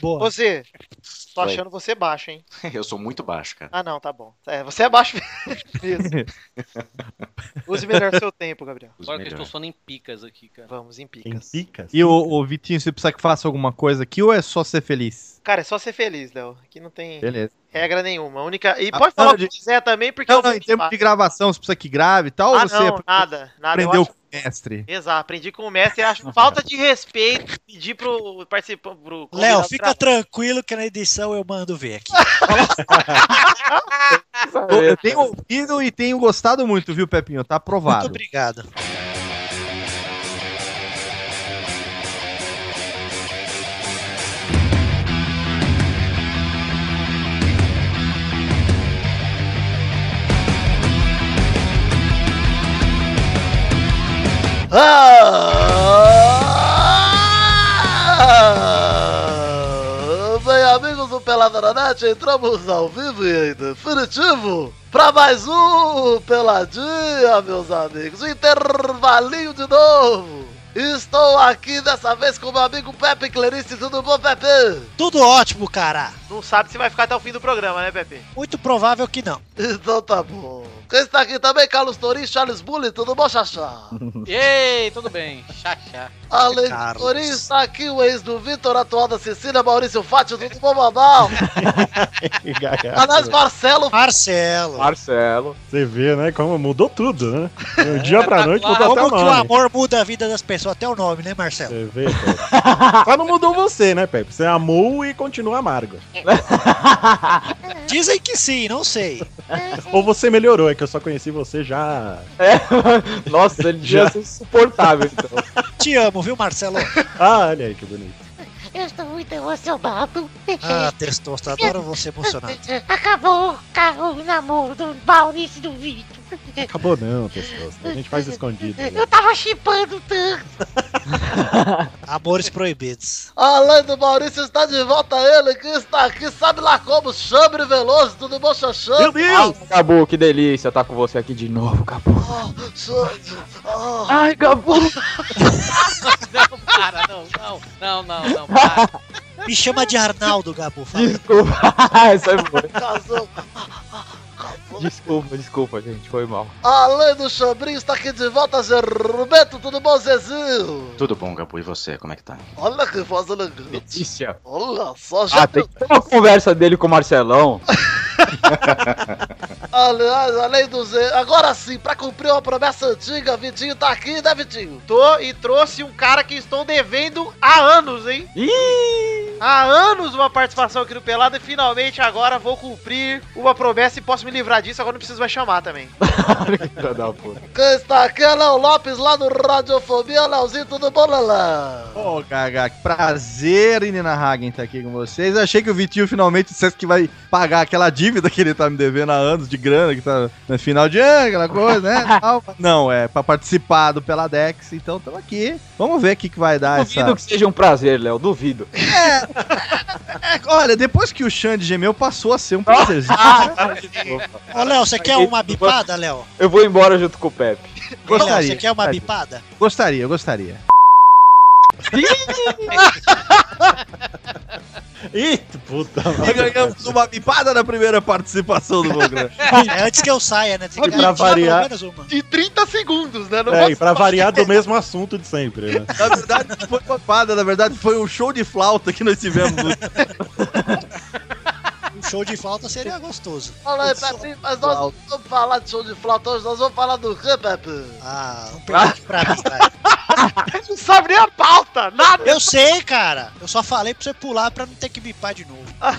Boa. Você, tô Oi. achando você baixo, hein? Eu sou muito baixo, cara. Ah, não, tá bom. É, você é baixo mesmo. Use melhor seu tempo, Gabriel. Os Agora que eu estou melhores. falando em picas aqui, cara. Vamos em Em picas. picas? E o, Vitinho, você precisa que faça alguma coisa aqui ou é só ser feliz? Cara, é só ser feliz, Léo. Aqui não tem Beleza. regra nenhuma. A única... E Ah, pode falar o não, que de- quiser também, porque Não, eu vou não, em tempo limpar. de gravação, você precisa que grave e tal? Ah, ou você não, nada, nada. Eu aprendeu acho- com o mestre? Exato, aprendi com o mestre e acho falta de respeito pedir pro participante. Pro Léo, convidado fica pra- tranquilo que na edição eu mando ver aqui. Eu, eu tenho ouvido e tenho gostado muito, viu, Pepinho? Tá Muito aprovado. obrigado. Ah! Bem, amigos do Peladronete, entramos ao vivo e em definitivo para mais um Peladinha, meus amigos. Intervalinho de novo. Estou aqui dessa vez com meu amigo Pepe Clarice. Tudo bom, Pepe? Tudo ótimo, cara. Não sabe se vai ficar até o fim do programa, né, Pepe? Muito provável que não. Então tá bom. Quem está aqui também, Carlos Torim, Charles Bully. Tudo bom, Xaxá? Ei, tudo bem. Xaxá. Além do Carlos. Torinho, está aqui o ex do Vitor, atual da Cecília, Maurício Fátio, tudo bom, Babal? Tá Aliás, Marcelo, Marcelo. Marcelo. Você vê, né? Como mudou tudo, né? De um dia pra noite mudou até É, tá Como o que o nome. amor muda a vida das pessoas? Até o nome, né, Marcelo? Você vê, Pepe. Só não mudou você, né, Pepe? Você amou e continua amargo. Dizem que sim, não sei. Ou você melhorou, é que eu só conheci você já. É, Nossa, ele Já. devia ser insuportável, então. Te amo, viu, Marcelo? Ah, olha aí que bonito. Eu estou muito emocionado. Ah, testosta, adoro você tá emocionado. Acabou acabou o namoro do Maurício e do Vitor. Acabou não, testosta. A gente faz escondido. né? Eu tava chipando tanto. Amores proibidos. além do Maurício, está de volta ele, que está aqui, sabe lá como, Chambre Veloso, tudo bom, Xaxã? Meu Deus! Ah, Gabu, que delícia estar com você aqui de novo, Gabu. Oh, Xande, oh. Ai, Gabu. Não, para, não, não, não, não, não, para. Me chama de Arnaldo, Gabu. Fala. Desculpa. Essa é boa. Casou. Casou. Desculpa, desculpa, gente. Foi mal. Além do Chambrinho, está aqui de volta, Gerbeto, tudo bom, Zezinho? Tudo bom, Gabu? E você, como é que tá? Olha que voz elegante. Delícia. Olha só, Ah, já tem que ter uma conversa dele com o Marcelão. Aliás, além do Z, agora sim, pra cumprir uma promessa antiga, Vitinho tá aqui, né, Vitinho? Tô e trouxe um cara que estou devendo há anos, hein? Ih! Há anos uma participação aqui no Pelado e finalmente agora vou cumprir uma promessa e posso me livrar disso, agora não preciso mais chamar também. Filha da puta. Quem está aqui é Léo Lopes, lá do Radiofobia. Léozinho, tudo bom, Lelé? Ô, Gaga, que prazer em Nina Hagen estar aqui com vocês. Eu achei que o Vitinho finalmente dissesse que vai pagar aquela dívida que ele tá me devendo há anos de grana, que tá no final de ano, aquela coisa, né? tal. Não, é pra participar do Peladex, então estamos aqui. Vamos ver o que, que vai dar Duvido essa. que seja um prazer, Léo. Duvido. É, olha, depois que o Xande gemeu, passou a ser um prazerzinho. Ah, Ô, Léo, você quer uma bipada, Léo? Eu vou embora junto com o Pepe. Ô, Léo, Gostaria, você quer uma gostaria. bipada? Gostaria, gostaria. Eita, puta. E ganhamos uma bipada na primeira participação do né? programa. É antes que eu saia, né? Tem E pra tirar pelo variar- menos uma. De 30 segundos, né? Não É, e pra variar do mesmo assunto de sempre, né? Na verdade, não foi papada, na verdade, foi um show de flauta que nós tivemos. no- Um show de falta seria gostoso. Fala aí, Pepe, mas nós não vamos falar de show de flauta hoje, nós vamos falar do quê, Pepe? Ah, não pergunte pra mim, cara. Não sabe nem a pauta, nada! Eu sei, cara. Eu só falei pra você pular pra não ter que bipar de novo. Ah.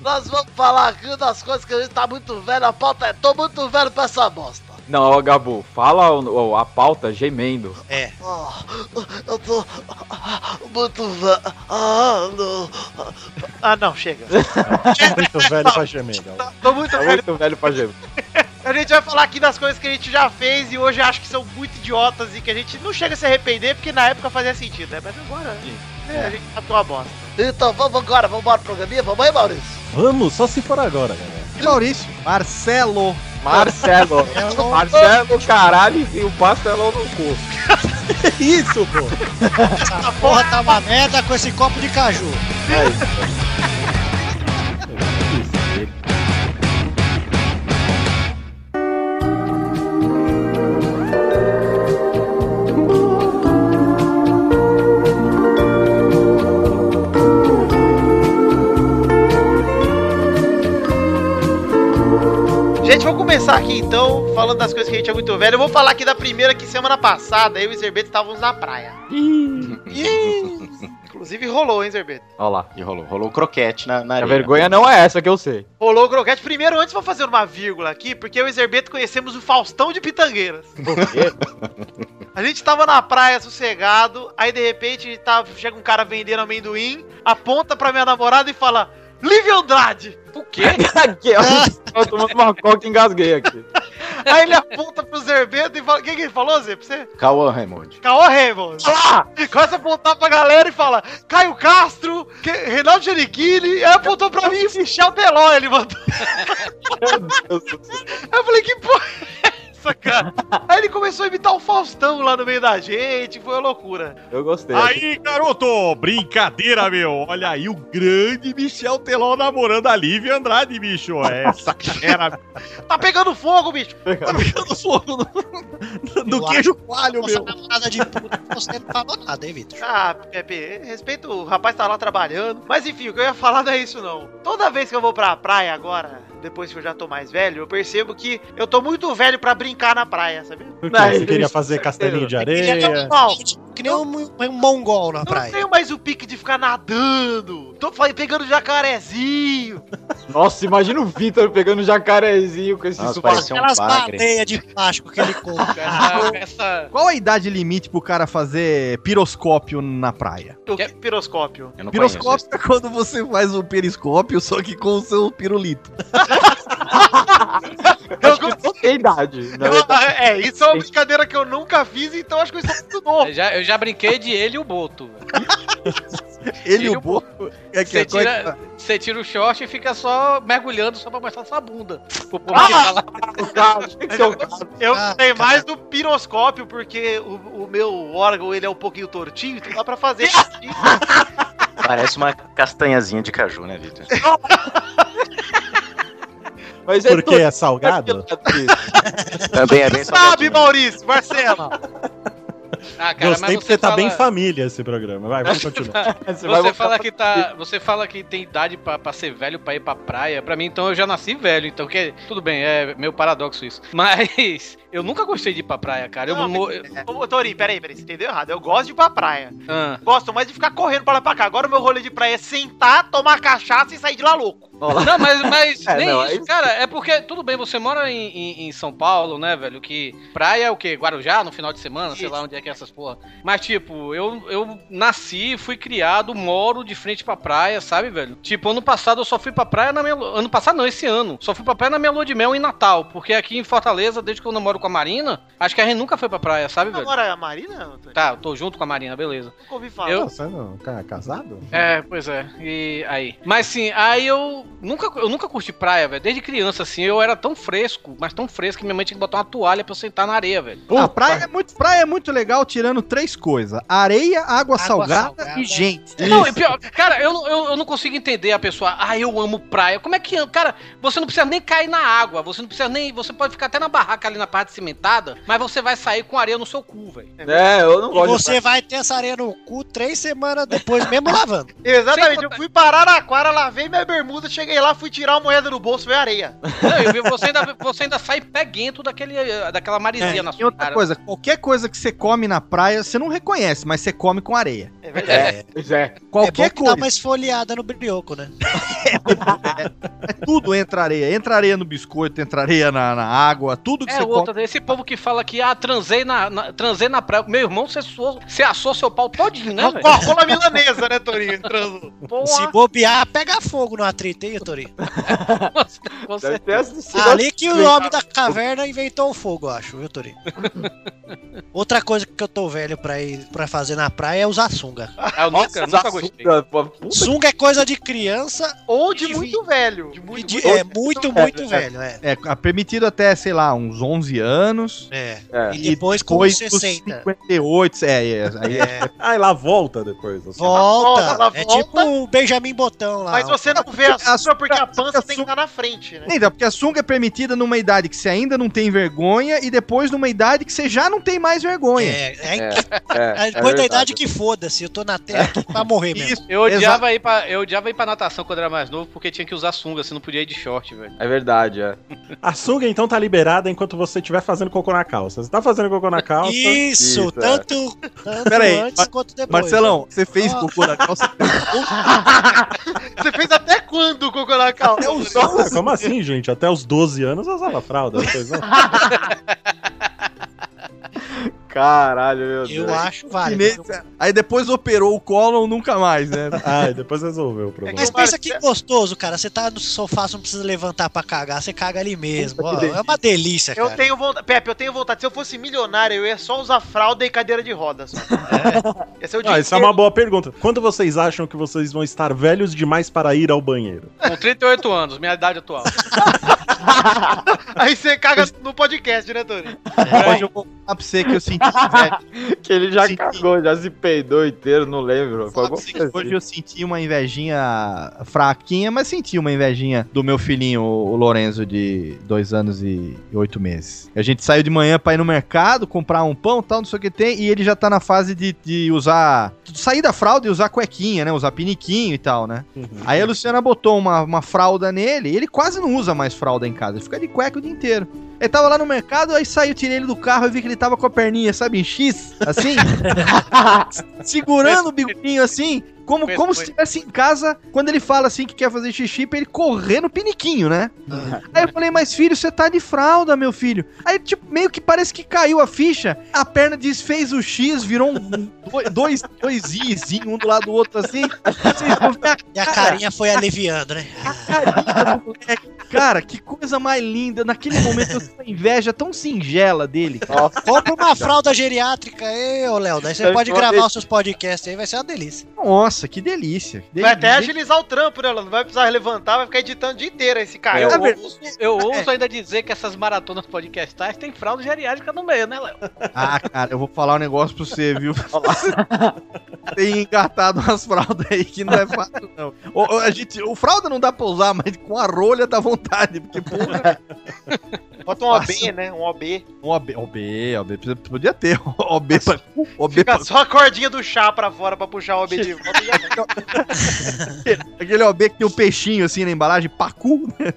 Nós vamos falar aqui das coisas que a gente tá muito velho. A pauta é tô muito velho pra essa bosta. Não, ó, Gabu, fala o- o- a pauta gemendo. É. Oh, eu tô muito velho. Ah, não. Ah, não, chega. Muito velho pra gemer, Gabu. Tô muito É velho. muito velho pra gemer. A gente vai falar aqui das coisas que a gente já fez e hoje acho que são muito idiotas e que a gente não chega a se arrepender porque na época fazia sentido, né? Mas agora, né, a gente matou a bosta. Então vamos agora, vamos embora pro programinha, vamos aí, Maurício? Vamos, só se for agora, galera. E Maurício, Marcelo. É Marcelo. Marcelo, caralho, e o pastelão no cu. É Isso, pô. Essa porra tá uma merda com esse copo de caju. Gente, vamos começar aqui então, falando das coisas que a gente é muito velho. Eu vou falar aqui da primeira que semana passada eu e o Zerbeto estávamos na praia. Inclusive rolou, hein, Zerbeto? Olha lá. E rolou. Rolou o croquete na, na A areia. vergonha não é essa que eu sei. Rolou o croquete. Primeiro, antes, vou fazer uma vírgula aqui, porque eu e o Zerbeto conhecemos o Faustão de Pitangueiras. a gente tava na praia sossegado, aí de repente tá, chega um cara vendendo amendoim, aponta pra minha namorada e fala: Live Andrade! O quê? aqui, ó, eu tô tomando uma coca e engasguei aqui. É, Aí ele aponta pro Zerbeto e fala: O que, que ele falou, Zé? Pra você? Cauã Raymond. Caô Raymond! Começa a apontar pra galera e fala: Caio Castro, que- Reinaldo Genichini. Aí apontou pra mim e Michel Teló, ele mandou. Aí eu falei: Que porra é essa, cara? Aí ele começou a imitar o Faustão lá no meio da gente, foi uma loucura. Eu gostei. Aí, garoto, brincadeira, meu. Olha aí o grande Michel Teló namorando a Lívia Andrade, bicho. Essa fera Tá pegando fogo, bicho! tá pegando fogo no, no queijo coalho, Nossa meu. namorada de puta, você não falou nada, hein, Vitor? Ah, Pepe, respeito, o rapaz tá lá trabalhando. Mas enfim, o que eu ia falar não é isso, não. Toda vez que eu vou pra praia agora, depois que eu já tô mais velho, eu percebo que eu tô muito velho pra brincar na praia, sabe? Por quê? Não, Você queria isso, fazer castelinho de é areia? Normal. Que nem um, um mongol na um Eu não praia. tenho mais o pique de ficar nadando. Tô fa- pegando jacarezinho. Nossa, imagina o Vitor pegando jacarezinho com esse Nossa, sotaque. parecia um Aquelas bagre. baleias de plástico que ele compra. Essa, Ah, essa... Qual a idade limite pro cara fazer piroscópio na praia? O que- piroscópio. Eu não Piroscópio é quando você faz um periscópio, só que com o seu pirulito. Acho que eu não tenho idade. na verdade. é, isso é uma brincadeira que eu nunca fiz, então acho que eu estou muito novo. Eu já, eu já brinquei de ele e o Boto. velho. Ele e Ele o boto. É que Você é coisa- tira, você tira o short e fica só mergulhando só pra mostrar sua bunda. Pro povo Ah! que tá lá. Seu cara, Eu Ah, sei cara. mais do piroscópio, porque o, o meu órgão ele é um pouquinho tortinho, então dá pra fazer. Parece uma castanhazinha de caju, né, Vitor? Mas é Porque é salgado? tudo. Também é bem Sabe, salgadinho. Maurício, Marcelo. Ah, cara, Gostei mas porque tá fala- bem família esse programa. Vai, vamos continuar. Você vai Você voltar fala que tá, você fala que tem idade pra, pra ser velho pra ir pra praia. Pra mim, então eu já nasci velho, então que tudo bem, é meio paradoxo isso. Mas eu nunca gostei de ir pra praia, cara. Eu Não, mo- mas- Ô, Torinho, peraí, peraí, você entendeu errado. Eu gosto de ir pra praia. Ah, Gosto mais de ficar correndo pra lá e pra cá. Agora o meu rolê de praia é sentar, tomar cachaça e sair de lá louco. Não, mas, mas É, nem não, é isso, isso. cara. É porque, tudo bem, você mora em, em- em São Paulo, né, velho? Que praia é o quê? Guarujá, no final de semana, sei lá onde é que é essas porra. Mas, tipo, eu, eu nasci, fui criado, moro de frente pra praia, sabe, velho? Tipo, ano passado eu só fui pra praia na minha. lu- Ano passado não, esse ano. Só fui pra praia na minha lua de mel em Natal. Porque aqui em Fortaleza, desde que eu namoro com a Marina, acho que a gente nunca foi pra praia, sabe, velho? Agora, a Marina, Torinho, Tá, eu tô junto com a Marina, beleza. nunca ouvi falar. Eu- Tá Não, Você não ca- casado? É, pois é. E aí? Mas sim, aí eu nunca, eu nunca curti praia, velho. Desde criança, assim, eu era tão fresco, mas tão fresco que minha mãe tinha que botar uma toalha pra eu sentar na areia, velho. Ah, praia, é muito, praia é muito legal tirando três coisas: areia, água, Água salgada, salgada. e gente. Não, e pior, cara, eu, não- eu, eu não consigo entender a pessoa. Ah, eu amo praia. Como é que. ama? Cara, você não precisa nem cair na água. Você não precisa nem. Você pode ficar até na barraca ali na parte cimentada, mas você vai sair com areia no seu cu, velho. É, eu não E gosto você vai ter essa areia no cu três semanas depois, mesmo lavando. Exatamente, Sem eu contar- fui para Araraquara, lavei minha bermuda, cheguei lá, fui tirar uma moeda do bolso, veio areia. Não, e você, ainda, você ainda sai peguento daquele, daquela É, maresia na É, E sua outra cara. coisa, qualquer coisa que você come na praia, você não reconhece, mas você come com areia. É verdade. de- É, Qualquer é bom que coisa, dá uma esfoliada no brioco, né? tudo entra areia. Entra areia no biscoito, entra areia na, na água, tudo que É, você outra, esse povo que fala que, ah, transei na, na- transei na praia. Meu irmão, você, suou, você assou seu pau todinho, né, Com velho? a rola milanesa, né, Torinho? Transou. Se bobear, pega fogo no atrito, hein, Torinho? deve Você- ter assistido. Ah, Ali que o homem da caverna inventou o fogo, eu acho, viu, Torinho? Outra coisa que eu tô velho pra, ir, pra fazer na praia é usar sunga. Ah, eu nunca, nunca gostei. Puta, Sunga é coisa de criança Ou de Que muito velho. De E muito, de- muito- é muito, muito velho, é. Então, É, a- permitido até, sei lá, uns 11 anos. É. É. E depois com Depois os dos 60. 58, é, é, aí é. É, Aí lá volta depois. assim. volta. Ela É volta. tipo o Benjamin Botão lá. Mas ó. você não vê a A sunga porque a sunga- pança a tem que sunga- estar na frente, né? Então, porque a sunga é permitida numa idade que você ainda não tem vergonha e depois numa idade que você já não tem mais vergonha. É, é, É, é, é depois da verdade. idade que foda-se, eu tô na terra aqui pra morrer mesmo. Isso, Eu odiava, ir pra, eu odiava ir pra natação quando era mais novo, porque tinha que usar sunga, você não podia ir de short, velho. É verdade, é. A sunga então tá liberada enquanto você estiver fazendo cocô na calça. Você tá fazendo cocô na calça. Isso, Isso, é. tanto, tanto Pera aí, antes quanto depois. né? Ah. Marcelão, você fez cocô na calça Você fez até quando o cocô na calça? até os Ah, 11. como assim, gente? Até os 12 anos eu usava fralda. vocês não? Caralho, meu eu Deus. acho válido. Aí, aí depois operou o colo nunca mais, né? Ah, e depois resolveu o Então, problema. Mas Tomara pensa que É que você- gostoso, cara. Você tá no sofá, você não precisa levantar pra cagar, você caga ali mesmo. Ó, é uma delícia, Eu cara. tenho vontade. Pepe, eu tenho vontade. Se eu fosse milionário, eu ia só usar fralda e cadeira de rodas. Só. É. Ia ser o Ah, dia isso é uma boa pergunta. Quando vocês acham que vocês vão estar velhos demais para ir ao banheiro? Com 38 anos, minha idade atual. inteiro. Aí você caga no podcast, né, Tony? Pode eu vou falar pra você que eu senti inveja. Que ele já Sim. cagou, já se peidou inteiro, não lembro. Foi alguma coisa assim. Hoje eu senti uma invejinha fraquinha, mas senti uma invejinha do meu filhinho, o Lorenzo, de dois anos e oito meses. A gente saiu de manhã pra ir no mercado, comprar um pão tal, não sei o que tem, e ele já tá na fase de, de usar. sair da fralda e usar cuequinha, né? Usar piniquinho e tal, né? Aí a Luciana botou uma, uma fralda nele, e ele quase não usa mais fralda em casa, ele fica de cueca o dia inteiro. Ele tava lá no mercado, aí saiu, tirei ele do carro e vi que ele tava com a perninha, sabe, em X, assim, segurando o biquinho assim, como, Foi- como se foi. estivesse em casa, quando ele fala assim que quer fazer xixi, pra ele correr no piniquinho, né? Aí eu falei, mas filho, você tá de fralda, meu filho. Aí, tipo, meio que parece que caiu a ficha, a perna desfez o X, virou um, dois, dois, dois Izinho, um do lado do outro, assim. Vocês vão ver a E a carinha foi aliviando, né? carinha do moleque. Cara, que coisa mais linda. Naquele momento eu tenho uma inveja tão singela dele. cara. Compra uma Então. fralda geriátrica aí, ô Léo. Daí você Eu pode vou gravar ver. os seus podcasts aí, vai ser uma delícia. Nossa, que delícia. Que Vai delícia. até agilizar o trampo, né, Lando? Vai precisar levantar, vai ficar editando o dia inteiro esse cara. Eu, Ah, É, Eu- velho. ouso, eu ouso ainda dizer que essas maratonas podcastais tem fraude geriátrica no meio, né, Léo? Ah, cara, eu vou falar um negócio pra você, viu? Tem engatado umas fraldas aí que não é fácil, não. O, o- a gente, o fralda não dá pra usar, mas com a rolha dá vontade. Porque, porra, Bota um OB, né? Um OB. um OB, OB, OB, precisa- podia ter. OB pra cu, OB pra Fica só a cordinha do chá pra fora pra puxar o OB de volta. e já era. Aquele OB que tem um peixinho assim na embalagem, pacu. né?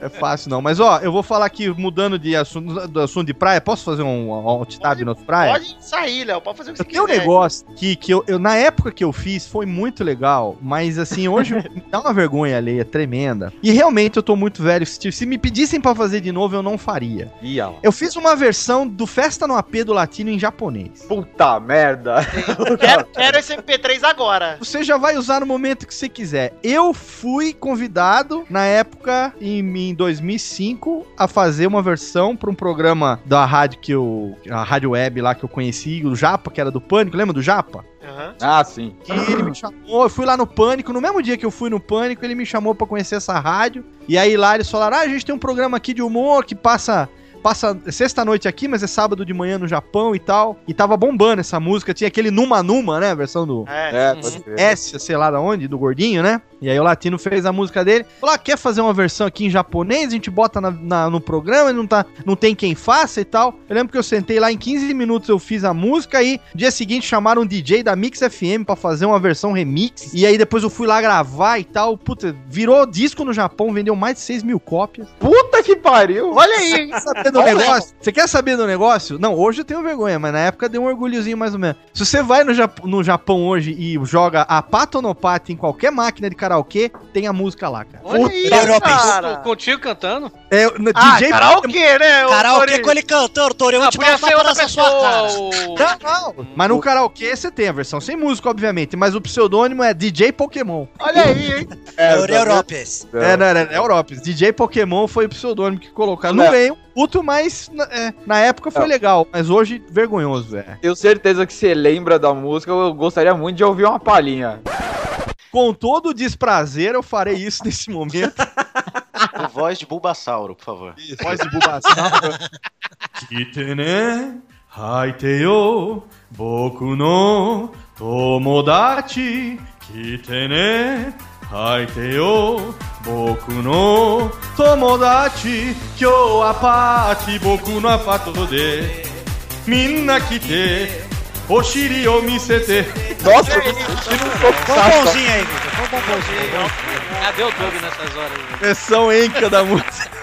é fácil não. Mas ó, eu vou falar aqui, mudando de assunto, do assunto de praia, posso fazer um alt tab no praia? Pode sair, Léo. Pode fazer o Ah, é. que Eu você tenho um É. quiser. negócio que, que eu, eu- na época que eu fiz, foi muito legal, mas assim, hoje me dá uma vergonha alheia tremenda. E realmente eu tô muito velho. Se, se me pedissem pra fazer de novo, eu não faria. Ia lá. Eu fiz uma versão do Festa no AP do Latino em japonês. Puta merda. Quero, quero esse MP3 agora. Você já vai usar no momento que você quiser. Eu fui convidado, na época, em, em 2005, a fazer uma versão para um programa da rádio que eu. A rádio web lá que eu conheci, o Japa, que era do Pânico. Lembra do Japa? Aham. Ah, sim. que ele me chamou, eu fui lá no Pânico, no mesmo dia que eu fui no Pânico, ele me chamou pra conhecer essa rádio, e aí lá eles falaram, ah, a gente tem um programa aqui de humor que passa... Passa sexta-noite aqui, mas é sábado de manhã no Japão e tal. E tava bombando essa música. Tinha aquele Numa Numa, né? A versão do É. É, Uhum. pode crer. S, sei lá da onde, do Gordinho, né? E aí o Latino fez a música dele. Falou, ah, quer fazer uma versão aqui em japonês? A gente bota na- na- no programa, não, tá, não tem quem faça e tal. Eu lembro que eu sentei lá em 15 minutos, eu fiz a música e dia seguinte chamaram um DJ da Mix FM pra fazer uma versão remix. E aí depois eu fui lá gravar e tal. Puta, virou disco no Japão, vendeu mais de 6 mil cópias. Puta que pariu. Olha aí, quer saber do Olha. negócio? Você quer saber do negócio? Não, hoje eu tenho vergonha, mas na época deu um orgulhozinho mais ou menos. Se você vai no, Jap- no Japão hoje e joga a pata ou no pata em qualquer máquina de karaokê, tem a música lá, cara. Olha aí, Europa, cara. Contigo cantando? É, no- Ah, DJ karaokê, né? ô, Karaokê Tony? com ele cantando, Tori. Eu vou Ah, te passar é pra essa sua cara. Não, não. Mas no karaokê você tem a versão sem música, obviamente, mas o pseudônimo é DJ Pokémon. Olha aí, hein? Tori Europes. É, não, era Europa. DJ Pokémon foi o pseudônimo que colocaram. Não. Não veio culto, mas na, é, na época foi Não. legal, mas hoje vergonhoso, é. velho. Tenho certeza que você lembra da música, eu gostaria muito de ouvir uma palhinha. Com todo o desprazer, eu farei isso nesse momento. Com voz de Bulbasauro, por favor. Voz de Bulbasauro. Kitene, haiteo, boku no tomodachi. Kitene, haiteo, boku no tomodachi. Kyo apati, boku no apato de. Minna kite, oshiri o misete. Nossa, que Bombonzinho aí, Guga. Foi um bombonzinho. Cadê o Doug nessas horas? Versão enca da música.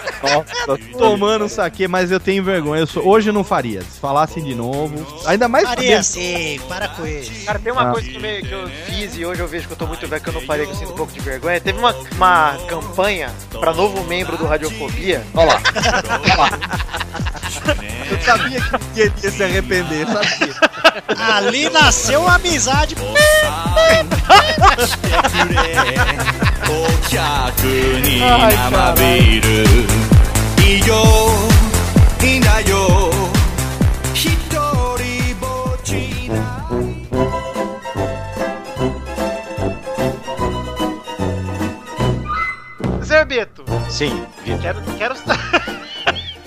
Tomando um saque, mas eu tenho vergonha. Eu sou- Hoje eu não faria. Se falassem de novo. Ainda mais Faria assim, para com isso. Cara, tem uma Ah. coisa que eu, me- que eu fiz e hoje eu vejo que eu tô muito velho, que eu não falei, que eu sinto um pouco de vergonha. Teve uma, uma campanha pra novo membro do Radiofobia. Olha lá. Eu sabia que ninguém ia se arrepender. Sabia. Ali nasceu uma amizade. Tá Zé Beto, Sim, Vitor. quero, quero, sa-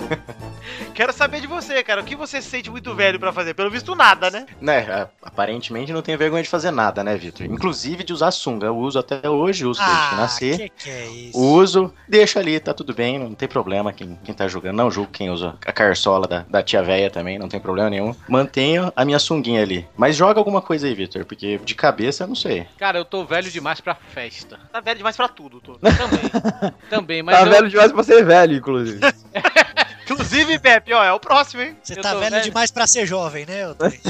quero saber de você, cara. O que você se sente muito velho pra fazer? Pelo visto, nada, né? Né, a- aparentemente não tenho vergonha de fazer nada, né, Vitor? Inclusive de usar sunga. Eu uso até hoje, uso desde que Ah, nasci. que que é isso? Uso, deixo ali, tá tudo bem, não tem problema quem, quem tá julgando. Não julgo quem usa a carçola da, da tia véia também, não tem problema nenhum. Mantenho a minha sunguinha ali. Mas joga alguma coisa aí, Vitor, porque de cabeça eu não sei. Cara, eu tô velho demais pra festa. Tá velho demais pra tudo, tô. Também. Também, mas tá eu, velho demais pra ser velho, inclusive. Inclusive, Pepe, ó, é o próximo, hein? Você Eu tá tô velho velho. demais pra ser jovem, né? Otair?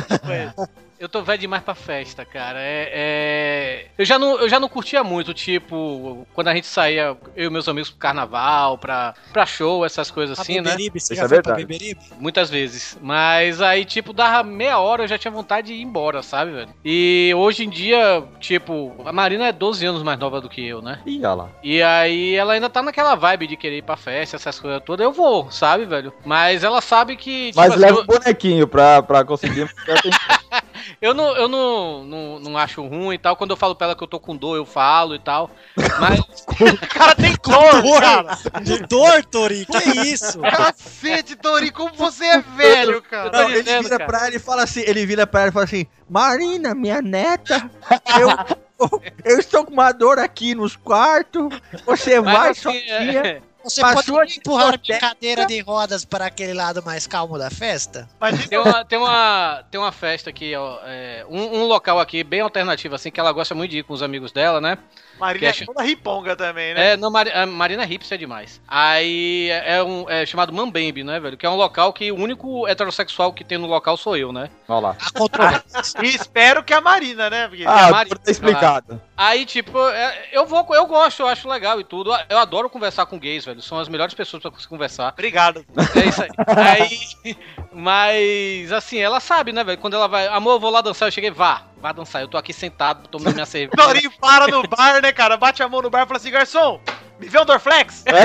eu tô velho demais pra festa, cara. É, é- Eu, já não, eu já não curtia muito, tipo, quando a gente saía, eu e meus amigos pro carnaval, pra, pra show, essas coisas Pra assim, né? Beberibe, você Isso já é foi pra verdade. Beberibe? Muitas vezes. Mas aí, tipo, dava meia hora eu já tinha vontade de ir embora, sabe, velho? E hoje em dia, tipo, a Marina é 12 anos mais nova do que eu, né? Ih, olha lá. E aí ela ainda tá naquela vibe de querer ir pra festa, essas coisas todas. Eu vou, sabe, velho? Mas ela sabe que. tipo, Mas assim, leva eu- o bonequinho pra, pra conseguir. Eu não, eu não, não, não acho ruim e tal. Quando eu falo pra ela que eu tô com dor, eu falo e tal. Mas O cara tem cor, cara. Do Dor, Tori, que isso? Cacete, Tori, como você é velho, cara. Não, ele dizendo, vira cara. pra ela e fala assim, ele vira pra ela e fala assim, Marina, minha neta, eu, eu estou com uma dor aqui nos quartos, você Mas, vai assim, sozinha. é- Você Passou pode a empurrar a discoteca. minha cadeira de rodas para aquele lado mais calmo da festa? Tem uma, tem uma, tem uma festa aqui, ó, é, um, um local aqui bem alternativo, assim, que ela gosta muito de ir com os amigos dela, né? Marina é Cash. toda riponga também, né? É, não, Mari- a Marina é hipster demais. Aí é, um, é chamado Mambembe, né, velho? Que é um local que o único heterossexual que tem no local sou eu, né? Olha lá. A controvérsia. E espero que a Marina, né? Porque Ah, Mari- tá explicado. Aí, tipo, é, eu vou, eu gosto, eu acho legal e tudo. Eu adoro conversar com gays, velho. São as melhores pessoas pra se conversar. Obrigado. É isso aí. Aí, mas assim, ela sabe, né, velho? Quando ela vai, amor, eu vou lá dançar, eu cheguei, vá, vá dançar. Eu tô aqui sentado, tomando minha cerveja. Torinho para no bar, né, cara? Bate a mão no bar e fala assim, garçom, me vê um Dorflex? É.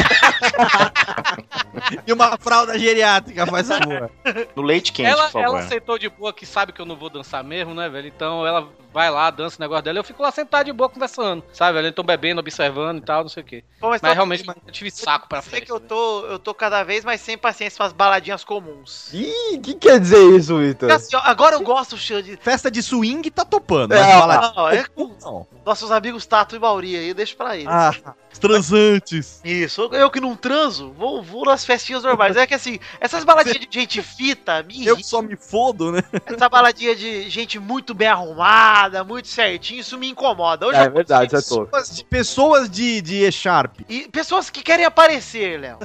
E uma fralda geriátrica, faz favor. No leite quente, Ela, por favor. ela aceitou de boa que sabe que eu não vou dançar mesmo, né, velho? Então ela vai lá, dança o negócio dela, eu fico lá sentado de boa conversando, sabe, velho? Então bebendo, observando e tal, não sei o quê. Pô, mas Mas tá- realmente eu tive saco pra Sei frente. que eu tô, eu tô cada vez mais sem paciência com as baladinhas comuns. Ih, o que quer dizer isso, Vitor? Porque assim, ó, agora eu gosto, Xande. Tá. Festa de swing tá topando, É, mas ó, fala Não, é com não. nossos amigos Tato e Mauri aí, deixa pra eles. Ah, os transantes. Isso, eu- eu que não transo, vou, vou nas festinhas normais. É que assim, essas baladinhas de gente fita, me Eu irrita. que só me fodo, né? essa baladinha de gente muito bem arrumada, muito certinho, isso me incomoda. Hoje É eu- verdade, você é tosco. Pessoas de, de E-Sharp. E pessoas que querem aparecer, Léo.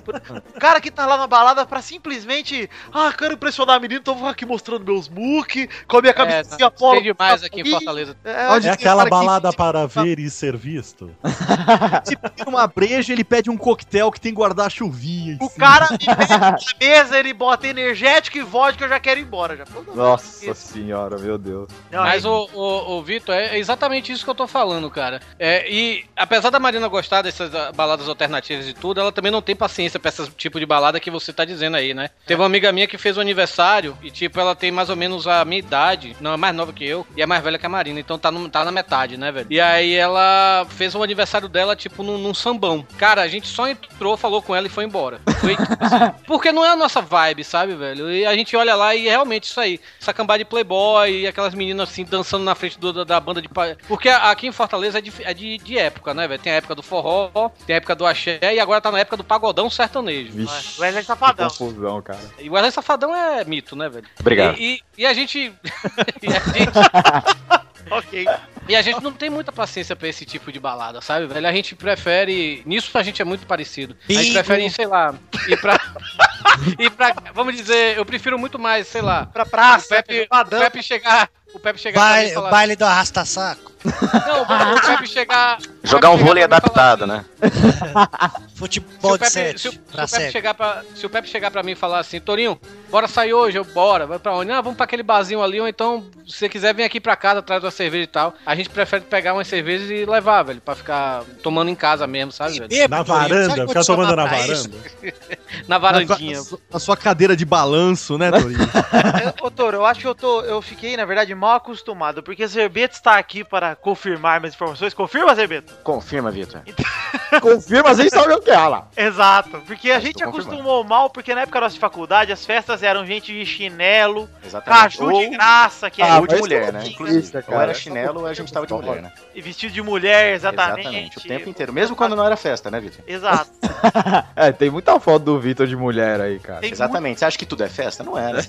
O cara que tá lá na balada pra simplesmente. Ah, quero impressionar a menina, então vou aqui mostrando meus muque, com a minha camisinha É, polo. tem demais aqui em Ih, Fortaleza. É, Onde É tem aquela cara que tipo balada para ver e ser visto. Tipo, Se pega uma breja, ele pede um coquetel que tem guardar chuvinha O cara me um mete na mesa, ele bota energético e vodka, eu já quero ir embora. Já. Nossa senhora, meu Deus. Não, Mas aí- o, o, o Vitor, é exatamente isso que eu tô falando, cara. É, e apesar da Marina gostar dessas ah, baladas alternativas e tudo, ela também não tem paciência pra esse tipo de balada que você tá dizendo aí, É. né? Teve uma amiga minha que fez um aniversário e, tipo, ela tem mais ou menos a minha idade, não, é mais nova que eu, e é mais velha que a Marina, então tá, no, tá na metade, né, velho? E aí ela fez o aniversário dela, tipo, num, num sambão. Cara, a gente só entrou, falou com ela e foi embora. Foi, tipo, assim, porque não é a nossa vibe, sabe, velho? E a gente olha lá e é realmente isso aí. Essa cambada de playboy e aquelas meninas assim dançando na frente do- da, da banda de. pa- Porque a- aqui em Fortaleza é, de, é de, de época, né, velho? Tem a época do forró, tem a época do axé e agora tá na época do pagodão sertanejo. Vixe, Wesley que Safadão. confusão, cara. E o Wesley Safadão é mito, né, velho? Obrigado. E, e- e a gente. e a gente Ok. e a gente não tem muita paciência pra esse tipo de balada, sabe, velho? A gente prefere. Nisso a gente é muito parecido. A gente Bingo. prefere, sei lá, ir pra. ir pra. Vamos dizer, eu prefiro muito mais, sei lá. Pra O praça, Pepe, o Safadão. Pepe chegar. O Pepe chegar pra mim Baile, e falar. assim, baile do arrasta-saco. Não, o Pepe chegar. o Pepe Jogar um chegar vôlei pra mim e falar adaptado, assim, né? se o Futebol de Pepe- sete. se o- se o pra Pepe sete. chegar pra- Se o Pepe chegar pra mim e falar assim, Torinho, bora sair hoje, eu bora, vai pra onde? Ah, vamos pra aquele barzinho ali, ou então, se você quiser, vem aqui pra casa, traz uma cerveja e tal. A gente prefere pegar umas cervejas e levar, velho, pra ficar tomando em casa mesmo, sabe, E velho? bêbado, Na Torinho, sabe varanda, quando ficar chama tomando na pra isso? varanda. Na varandinha. Na sua- na sua cadeira de balanço, né, Torinho? Eu- Ô, Toro, eu acho que eu, tô, eu fiquei, na verdade, mal acostumado, porque Zerbeto está aqui para confirmar minhas informações. Confirma, Zerbeto? Confirma, Vitor. Confirma, assim, vocês sabem o que é lá. Exato, porque a gente tô confirmando. acostumou mal, porque na época nossa de faculdade as festas eram gente de chinelo, Exatamente. caju de graça, que é ou de mas mulher, isso né? é Inclusive, notícia, ou cara. era chinelo ou a gente tava de mulher, né? e vestido de mulher, exatamente. O tempo inteiro. Mesmo quando não era festa, né, Vitor? Exato. É, tem muita foto do Vitor de mulher aí, cara. Tem muito... Exatamente. Você acha que tudo é festa? Não era.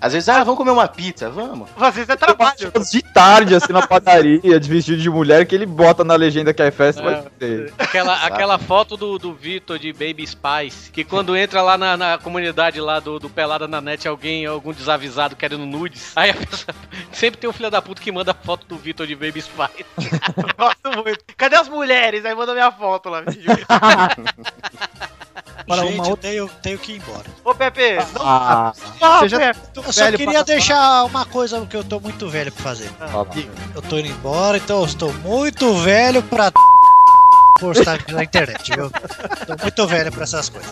Às vezes, ah, vamos comer uma pizza, vamos. Às vezes é Tem umas trabalho. fotos de tarde, assim, na padaria, de vestido de mulher, que ele bota na legenda que é festa, É. mas tem. Aquela, Exato. aquela foto do, do Vitor de Baby Spice, que quando entra lá na, na comunidade lá do, do Pelada na Net, alguém, algum desavisado querendo nudes, aí a pessoa, sempre tem um filho da puta que manda a foto do Vitor de Baby Spice. Gosto muito. Cadê as mulheres? Aí manda minha foto lá. vestido de- Para Gente, uma eu tenho, tenho que ir embora. Ô, Pepe, não Ah, fala, você já- Pepe. Eu só velho queria pra- deixar uma coisa que eu tô muito velho pra fazer. fala. Eu tô indo embora, então eu estou muito velho pra postar na internet, viu? Tô muito velho pra essas coisas.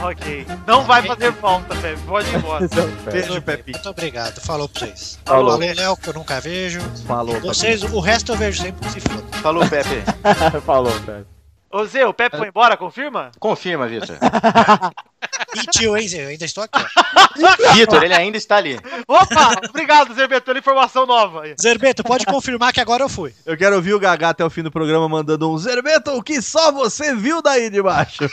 Ok. Não vai fazer falta, Pepe. Pode ir embora. Beijo, Pepe. Muito obrigado, falou pra vocês. Falou. Valeu, Léo, que eu nunca vejo. Falou. Vocês, o resto eu vejo sempre se foda. Falou, Pepe. Falou, cara. Ô, Zé, o Pepe foi embora, confirma? Confirma, Vitor. Mentiu, hein, Zé? Eu ainda estou aqui. ó. Vitor, ele ainda está ali. Opa! Obrigado, Zé Beto, pela informação nova. aí. Zerbeto, pode confirmar que agora eu fui. Eu quero ouvir o Gagá até o fim do programa mandando um Zerbeto, o que só você viu daí de baixo.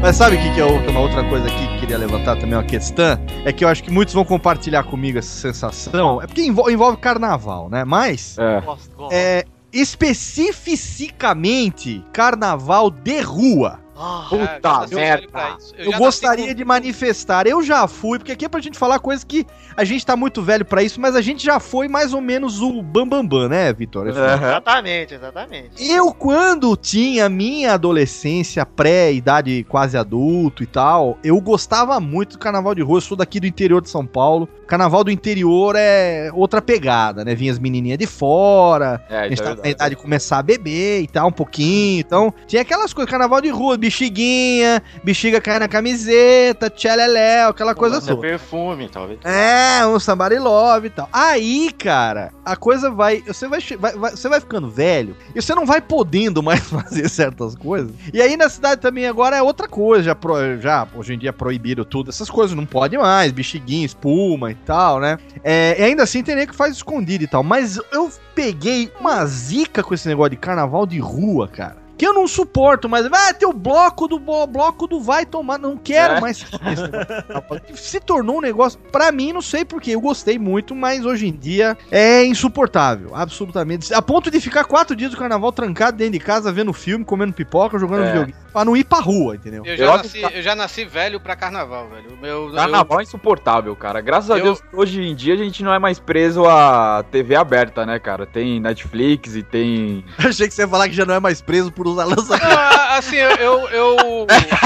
Mas sabe o que, que é outra- uma outra coisa aqui que queria levantar também, uma questão? É que eu acho que muitos vão compartilhar comigo essa sensação. É porque envol- envolve carnaval, né? Mas É. Gosto, gosto. é, especificamente carnaval de rua. Ah, Já- já Puta nasci velho pra merda. isso. Eu, já nasci gostaria de manifestar, eu já fui, porque aqui é pra gente falar coisas que a gente tá muito velho pra isso, mas a gente já foi mais ou menos o bambambam, bam, bam, né, Vitória? Aham. Exatamente, exatamente. Eu, quando tinha minha adolescência, pré-idade quase adulto e tal, eu gostava muito do carnaval de rua. Eu sou daqui do interior de São Paulo. Carnaval do interior é outra pegada, né? Vinha as menininhas de fora, É, a gente isso é tava na verdade. idade de começar a beber e tal, um pouquinho. Então, tinha aquelas coisas, carnaval de rua, bexiguinha, bexiga cair na camiseta, tchaleléu, aquela coisa Lança toda. perfume, talvez. É, um somebody love e tal. Aí, cara, a coisa vai. Você vai, che- vai- vai- você vai ficando velho e você não vai podendo mais fazer certas coisas. E aí na cidade também agora é outra coisa. Já, pro- já hoje em dia proibiram tudo. Essas coisas não pode mais, bexiguinha, espuma e tal, né? É, e ainda assim tem nem que faz escondido e tal. Mas eu peguei uma zica com esse negócio de carnaval de rua, cara. Que eu não suporto, mas vai ter o bloco do bo- bloco do vai tomar, não quero É. mais esse negócio se tornou um negócio, pra mim, não sei porquê, eu gostei muito, mas hoje em dia é insuportável, absolutamente. A ponto de ficar quatro dias do carnaval trancado dentro de casa, vendo filme, comendo pipoca, jogando É. videogame. pra não ir pra rua, entendeu? Eu já, Eu nasci, eu já nasci velho pra carnaval, velho. O Meu, eu- Carnaval é insuportável, cara. Graças a Eu- Deus, hoje em dia a gente não é mais preso à TV aberta, né, cara? Tem Netflix e tem. Eu achei que você ia falar que já não é mais preso por usar lança. Ah, assim, eu. eu- eu-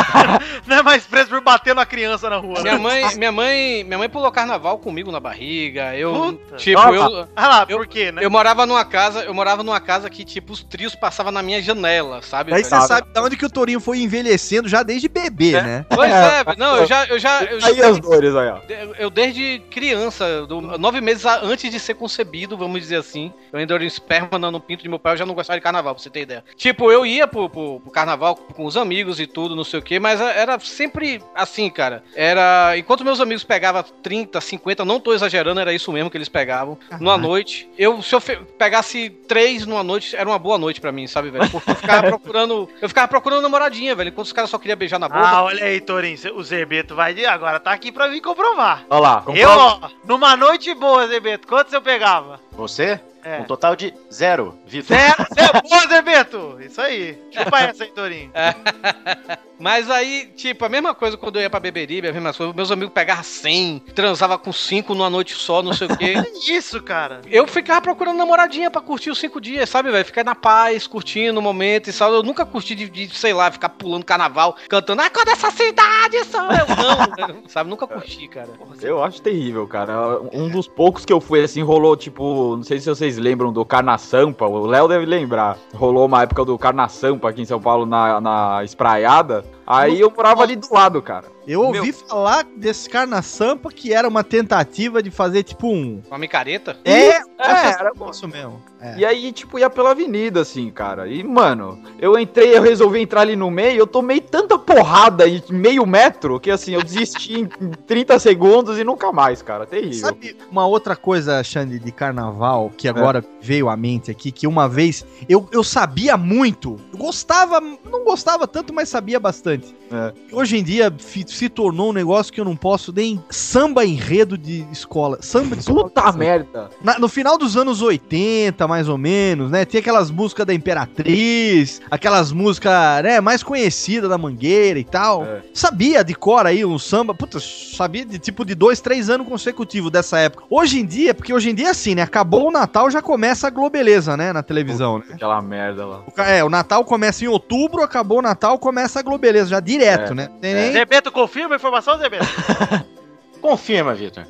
Não é mais preso por bater na criança na rua. minha, Né? mãe, minha mãe. Minha mãe pulou carnaval comigo na barriga. Eu. Puta. Tipo, Ah, eu. Ah lá, Eu- por quê, né? Eu morava numa casa, eu morava numa casa que, tipo, os trios passavam na minha janela, sabe? Então, Aí velho? você sabe de onde que o Torinho foi envelhecendo já desde bebê, né? Pois é, velho. não, eu já, eu já, eu já Aí as dores aí, ó. Eu, eu desde criança, do- nove meses a- antes de ser concebido, vamos dizer assim, eu ainda era um esperma no no pinto de meu pai, eu já não gostava de carnaval, pra você ter ideia. Tipo, eu ia pro, pro- pro carnaval com os amigos e tudo, não sei o quê, mas é, era sempre assim, cara. Era. Enquanto meus amigos pegavam 30, 50, não tô exagerando, era isso mesmo que eles pegavam, numa noite. Eu, se eu fe- pegasse três numa noite, era uma boa noite pra mim, sabe, velho? Porque eu ficava procurando. Eu ficava procurando namoradinha, velho. Enquanto os caras só queriam beijar na boca. Ah, olha aí, Torinho. cê- O Zerbeto vai de agora tá aqui pra vir comprovar. Olha lá. Eu, ó, numa noite boa, Zerbeto, quantos eu pegava? Você? É. Um total de zero, Vitor. Zero, você é boa, Zerbeto! Isso aí. Chupa essa aí, Torinho. Mas aí, tipo, a mesma coisa quando eu ia pra beberibe, a mesma coisa, meus amigos pegavam 100, transava com 5 numa noite só, não sei o quê. Que isso, cara? Eu ficava procurando namoradinha pra curtir os 5 dias, sabe, velho? Ficar na paz, curtindo o momento e tal. Eu nunca curti de, de, sei lá, ficar pulando carnaval, cantando, acorda essa cidade, só eu não, velho. sabe? Nunca curti, cara. Eu acho terrível, cara. Um dos poucos que eu fui assim, rolou tipo. Não sei se vocês lembram do Carnaçampa. O Léo deve lembrar. Rolou uma época do Carnaçampa aqui em São Paulo na, na espraiada. Aí eu morava ali do lado, cara. Eu ouvi falar desse carna sampa que era uma tentativa de fazer tipo um. Uma micareta. É, É, era isso mesmo. E aí, tipo, ia pela avenida, assim, cara. E, mano, eu entrei, eu resolvi entrar ali no meio, eu tomei tanta porrada em meio metro que, assim, eu desisti em 30 segundos e nunca mais, cara. Terrível. Sabe né? uma outra coisa, Xande, de carnaval, que agora veio à mente aqui, que uma vez eu, eu sabia muito, eu gostava, não gostava tanto, mas sabia bastante. É. E Hoje em dia fi- se tornou um negócio que eu não posso nem samba enredo de escola. Samba de escola. Puta merda. Na- no final dos anos 80, mais ou menos, né? Tinha aquelas músicas da Imperatriz, aquelas músicas, né, mais conhecidas da Mangueira e tal. É. Sabia de cor aí um samba, puta, sabia de tipo de dois, três anos consecutivos dessa época. Hoje em dia, porque hoje em dia é assim, né? Acabou o Natal, já começa a globeleza, né, na televisão, né? Aquela merda lá. O ca- É, o Natal começa em outubro, acabou o Natal, começa a globeleza, já direto, É. né? Tem nem- Zerbeto, confirma a informação, Zerbeto? Confirma, Vitor.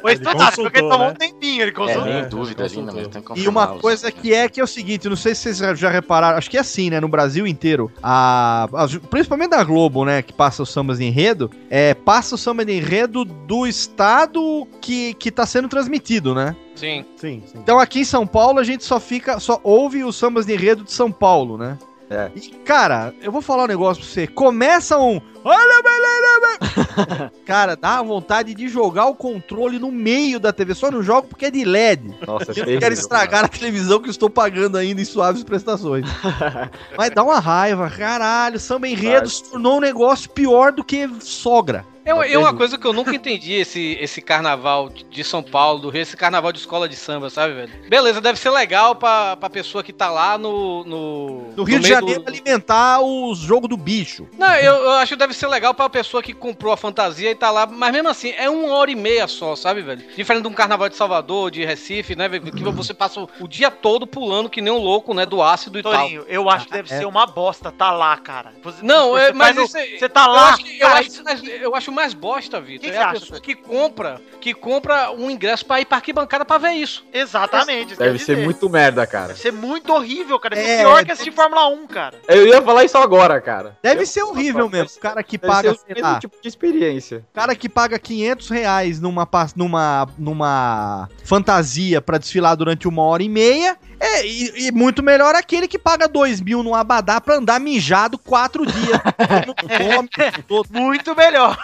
Foi estudado, porque ele consultou, tomou né? um tempinho, ele É, consultou. nem é, dúvida ali, né? consultou. mas tem que E confirmar uma os- coisa que é que é o seguinte, não sei se vocês já- já repararam, acho que é assim, né, no Brasil inteiro, a, as- principalmente da Globo, né, que passa os sambas de enredo, é, passa o samba de enredo do estado que, que tá sendo transmitido, né? Sim. Sim, sim. Então aqui em São Paulo a gente só fica, só ouve os sambas de enredo de São Paulo, né? É. E, cara, eu vou falar um negócio pra você. Começa um. Olha, beleza, be-" Cara, dá vontade de jogar o controle no meio da TV. Só não jogo porque é de LED. Nossa, é Eu não quero estragar a televisão que eu estou pagando ainda em suaves prestações. Mas dá uma raiva, caralho. Samba enredo se tornou um negócio pior do que sogra. É, uma- é Entendi. uma coisa que eu nunca entendi, esse, esse carnaval de São Paulo, do Rio, esse carnaval de escola de samba, sabe, velho? Beleza, deve ser legal pra, pra pessoa que tá lá no. No, No Rio de meio do- Janeiro alimentar o jogo do bicho. Não, eu, eu acho que deve ser legal pra pessoa que comprou a fantasia e tá lá, mas mesmo assim, é uma hora e meia só, sabe, velho? Diferente de um carnaval de Salvador, de Recife, né, velho? Que você passa o- o dia todo pulando que nem um louco, né, do ácido e tal. Torinho, eu acho que deve ser uma bosta tá lá, cara. Você- Não, é, você mas vai no- isso aí- Você tá Eu lá, acho, que- eu, cara, acho mais, eu acho mais bosta, Vitor. Que é a que pessoa que compra, que compra um ingresso pra ir pra arquibancada pra ver isso. Exatamente. isso que eu Deve ia ser dizer. muito merda, cara. Deve ser é muito horrível, cara. Deve ser É, pior que assistir Fórmula 1, cara. Eu ia falar isso agora, cara. Deve Eu- ser horrível Deve mesmo. O cara que Deve paga, ser o sei mesmo lá, tipo de experiência. o cara que paga 500 reais numa, pas- numa, numa fantasia pra desfilar durante uma hora e meia. É, e, e muito melhor aquele que paga 2 mil num abadá pra andar mijado quatro dias. não come, todo Muito melhor.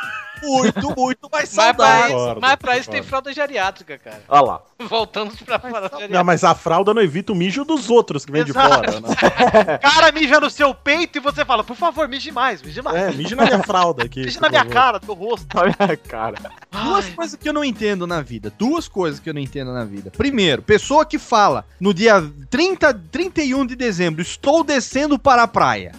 muito, muito Mas mais pra, saudável. isso, Concordo, mas pra isso concordo. tem fralda geriátrica, cara. Olha lá. Voltamos pra fralda Não, geriátrica. mas a fralda não evita o mijo dos outros que vem de Exato. fora, né? O cara mija no seu peito e você fala, por favor, mije mais, mije mais. É, mijo na minha fralda aqui. Mije por na minha favor. cara, no meu rosto. Olha, cara. Duas coisas que eu não entendo na vida. Duas coisas que eu não entendo na vida. Primeiro, pessoa que fala no dia 30, 31 de dezembro, estou descendo para a praia.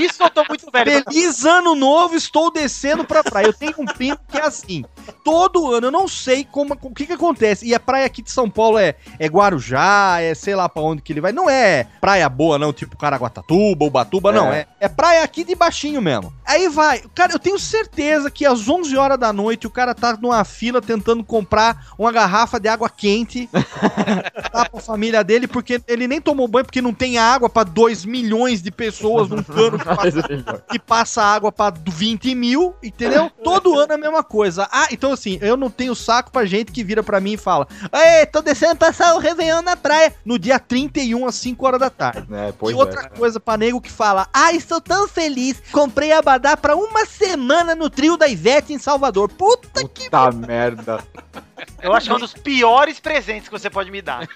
Isso eu tô muito velho. Feliz ano novo, estou descendo para a praia. Eu tenho um primo que é assim. Todo ano eu não sei como o que que acontece. E a praia aqui de São Paulo é é Guarujá, é sei lá pra onde que ele vai. Não é praia boa não, tipo Caraguatatuba, Ubatuba, não, é é praia aqui de baixinho mesmo. Aí vai, cara, eu tenho certeza que às 11 horas da noite o cara tá numa fila tentando comprar uma garrafa de água quente tá pra família dele, porque ele nem tomou banho, porque não tem água pra 2 milhões de pessoas num cano que passa, é que passa água pra 20 mil, entendeu? Todo ano é a mesma coisa. Ah, então assim, eu não tenho saco pra gente que vira pra mim e fala: Ei, tô descendo passar o Réveillon na praia, no dia 31 às 5 horas da tarde. É, pois e outra coisa pra nego que fala: Ah, estou tão feliz, comprei Abadá pra uma semana no trio da Ivete em Salvador. Puta é. Puta merda. Eu acho que é um dos piores presentes que você pode me dar.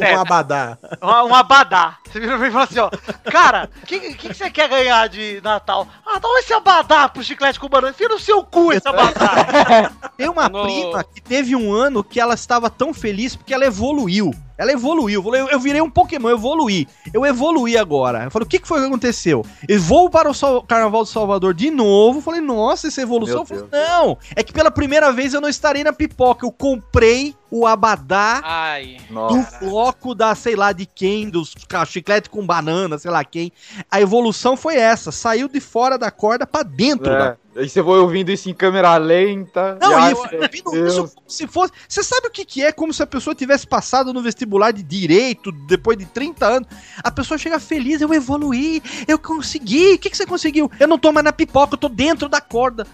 é. Um abadá. Um, um abadá. Você vira pra mim e fala assim, ó. Cara, o que, que, que você quer ganhar de Natal? Ah, dá esse abadá pro chiclete com banana. Enfia no seu cu esse abadá. Tem uma No- prima que teve um ano que ela estava tão feliz porque ela evoluiu. Ela evoluiu. Falou, Eu, eu virei um Pokémon, eu evoluí. Eu evoluí agora. Eu falei, o que, que foi que aconteceu? Eu vou para o Sal- Carnaval do Salvador de novo. Eu falei, nossa, essa evolução. Meu Eu falei, Deus. não, é que pela primeira vez eu não estarei na pipoca. Eu comprei o abadá Ai. do Nossa. bloco da, sei lá, de quem, dos ca- chiclete com banana, sei lá quem. A evolução foi essa. Saiu de fora da corda pra dentro da É. E você vai ouvindo isso em câmera lenta. não, ai, e meu eu vi no- é Deus. isso como se fosse. Você sabe o que, que é? Como se a pessoa tivesse passado no vestibular de direito depois de 30 anos. A pessoa chega feliz, eu evoluí, eu consegui. O que, que você conseguiu? Eu não tô mais na pipoca, eu tô dentro da corda.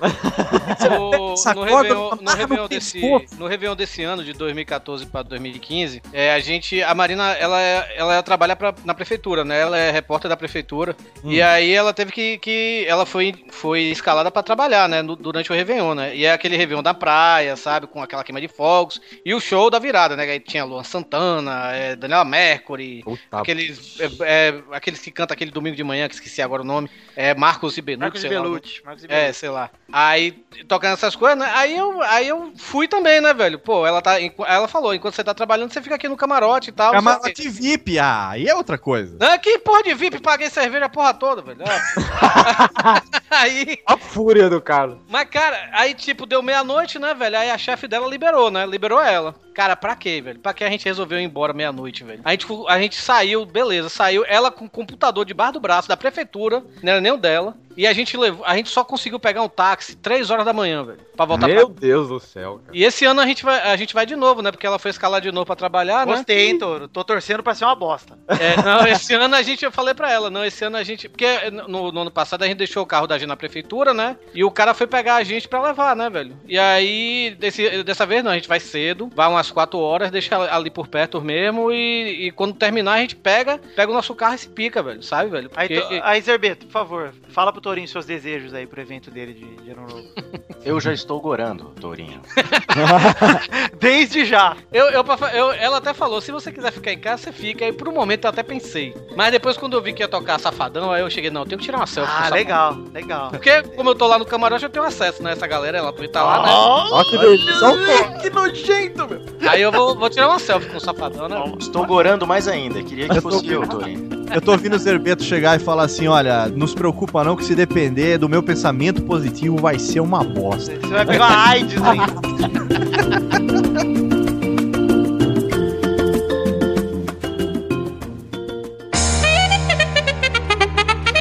No, essa no, corda Réveillon, amarra no, no Réveillon desse, pescoço. no Réveillon desse ano, de 2014 para 2015, é, a gente. A Marina, ela, é- ela trabalha pra- na prefeitura, né? Ela é repórter da prefeitura. E aí ela teve que. que ela foi, foi escalada pra trabalhar, né? no- durante o Réveillon, né? E é aquele Réveillon da praia, sabe? Com aquela queima de fogos. E o show da virada, né? que aí tinha Luan Santana, é, Daniela Mercury. Puta Aqueles, é, é, aqueles que canta aquele domingo de manhã, que esqueci agora o nome, é Marcos e Benucci, Marcos sei lá o nome. Belucci. Marcos Belucci. É, sei lá. Aí, tocando essas coisas, né? Aí eu, aí eu fui também, né, velho? Pô, ela, tá, enqu- ela falou, enquanto você tá trabalhando, você fica aqui no camarote e tal. não sei o quê. Camarote VIP, ah, aí é outra coisa. Ah, que porra de VIP, paguei cerveja a porra toda, velho. Ah. aí, A fúria do cara. mas cara, aí tipo, deu meia-noite, né, velho? Aí a chefe dela liberou, né? Liberou ela. Cara, pra quê, velho? Pra que a gente resolveu ir embora meia-noite, velho? A gente, fu- a gente saiu, beleza, saiu ela com o computador debaixo do braço da prefeitura, não era nem o dela. E a gente levou, a gente só conseguiu pegar um táxi três horas da manhã, velho, pra voltar pra Meu Deus do céu, cara. E esse ano a gente vai, a gente vai de novo, né? Porque ela foi escalar de novo pra trabalhar, né? Gostei, hein, Toro? Tô torcendo pra ser uma bosta. É, não, esse ano a gente, eu falei pra ela, não, esse ano a gente. Porque no, no ano passado a gente deixou o carro da gente na prefeitura, né? E o cara foi pegar a gente pra levar, né, velho? E aí, desse- dessa vez não, a gente vai cedo, vai umas 4 horas, deixa ali por perto mesmo e, e quando terminar a gente pega, pega o nosso carro e se pica, velho, sabe, velho? Aí, Porque- to- aí, Zerbeto, por favor, fala pro Torinho seus desejos aí pro evento dele de, de ano novo. Eu já estou gorando, Tourinho. Desde já. Eu, eu, pra fa- eu- ela até falou, se você quiser ficar em casa, você fica. Aí por um momento eu até pensei. Mas depois quando eu vi que ia tocar Safadão, aí eu cheguei, não, eu tenho que tirar uma selfie. com Ah, essa legal, legal. Porque, como eu tô lá no camarote, eu tenho acesso, né? Essa galera, ela pode estar lá, né? Olha que delícia. Oh, Que nojento, meu. Aí eu vou, vou tirar uma selfie com o safadão, né? Estou gorando mais ainda. Queria que fosse eu, Tourinho. Eu tô ouvindo o Zerbeto chegar e falar assim: olha, não se preocupa não, que se depender do meu pensamento positivo, vai ser uma bosta. Você vai pegar AIDS ainda.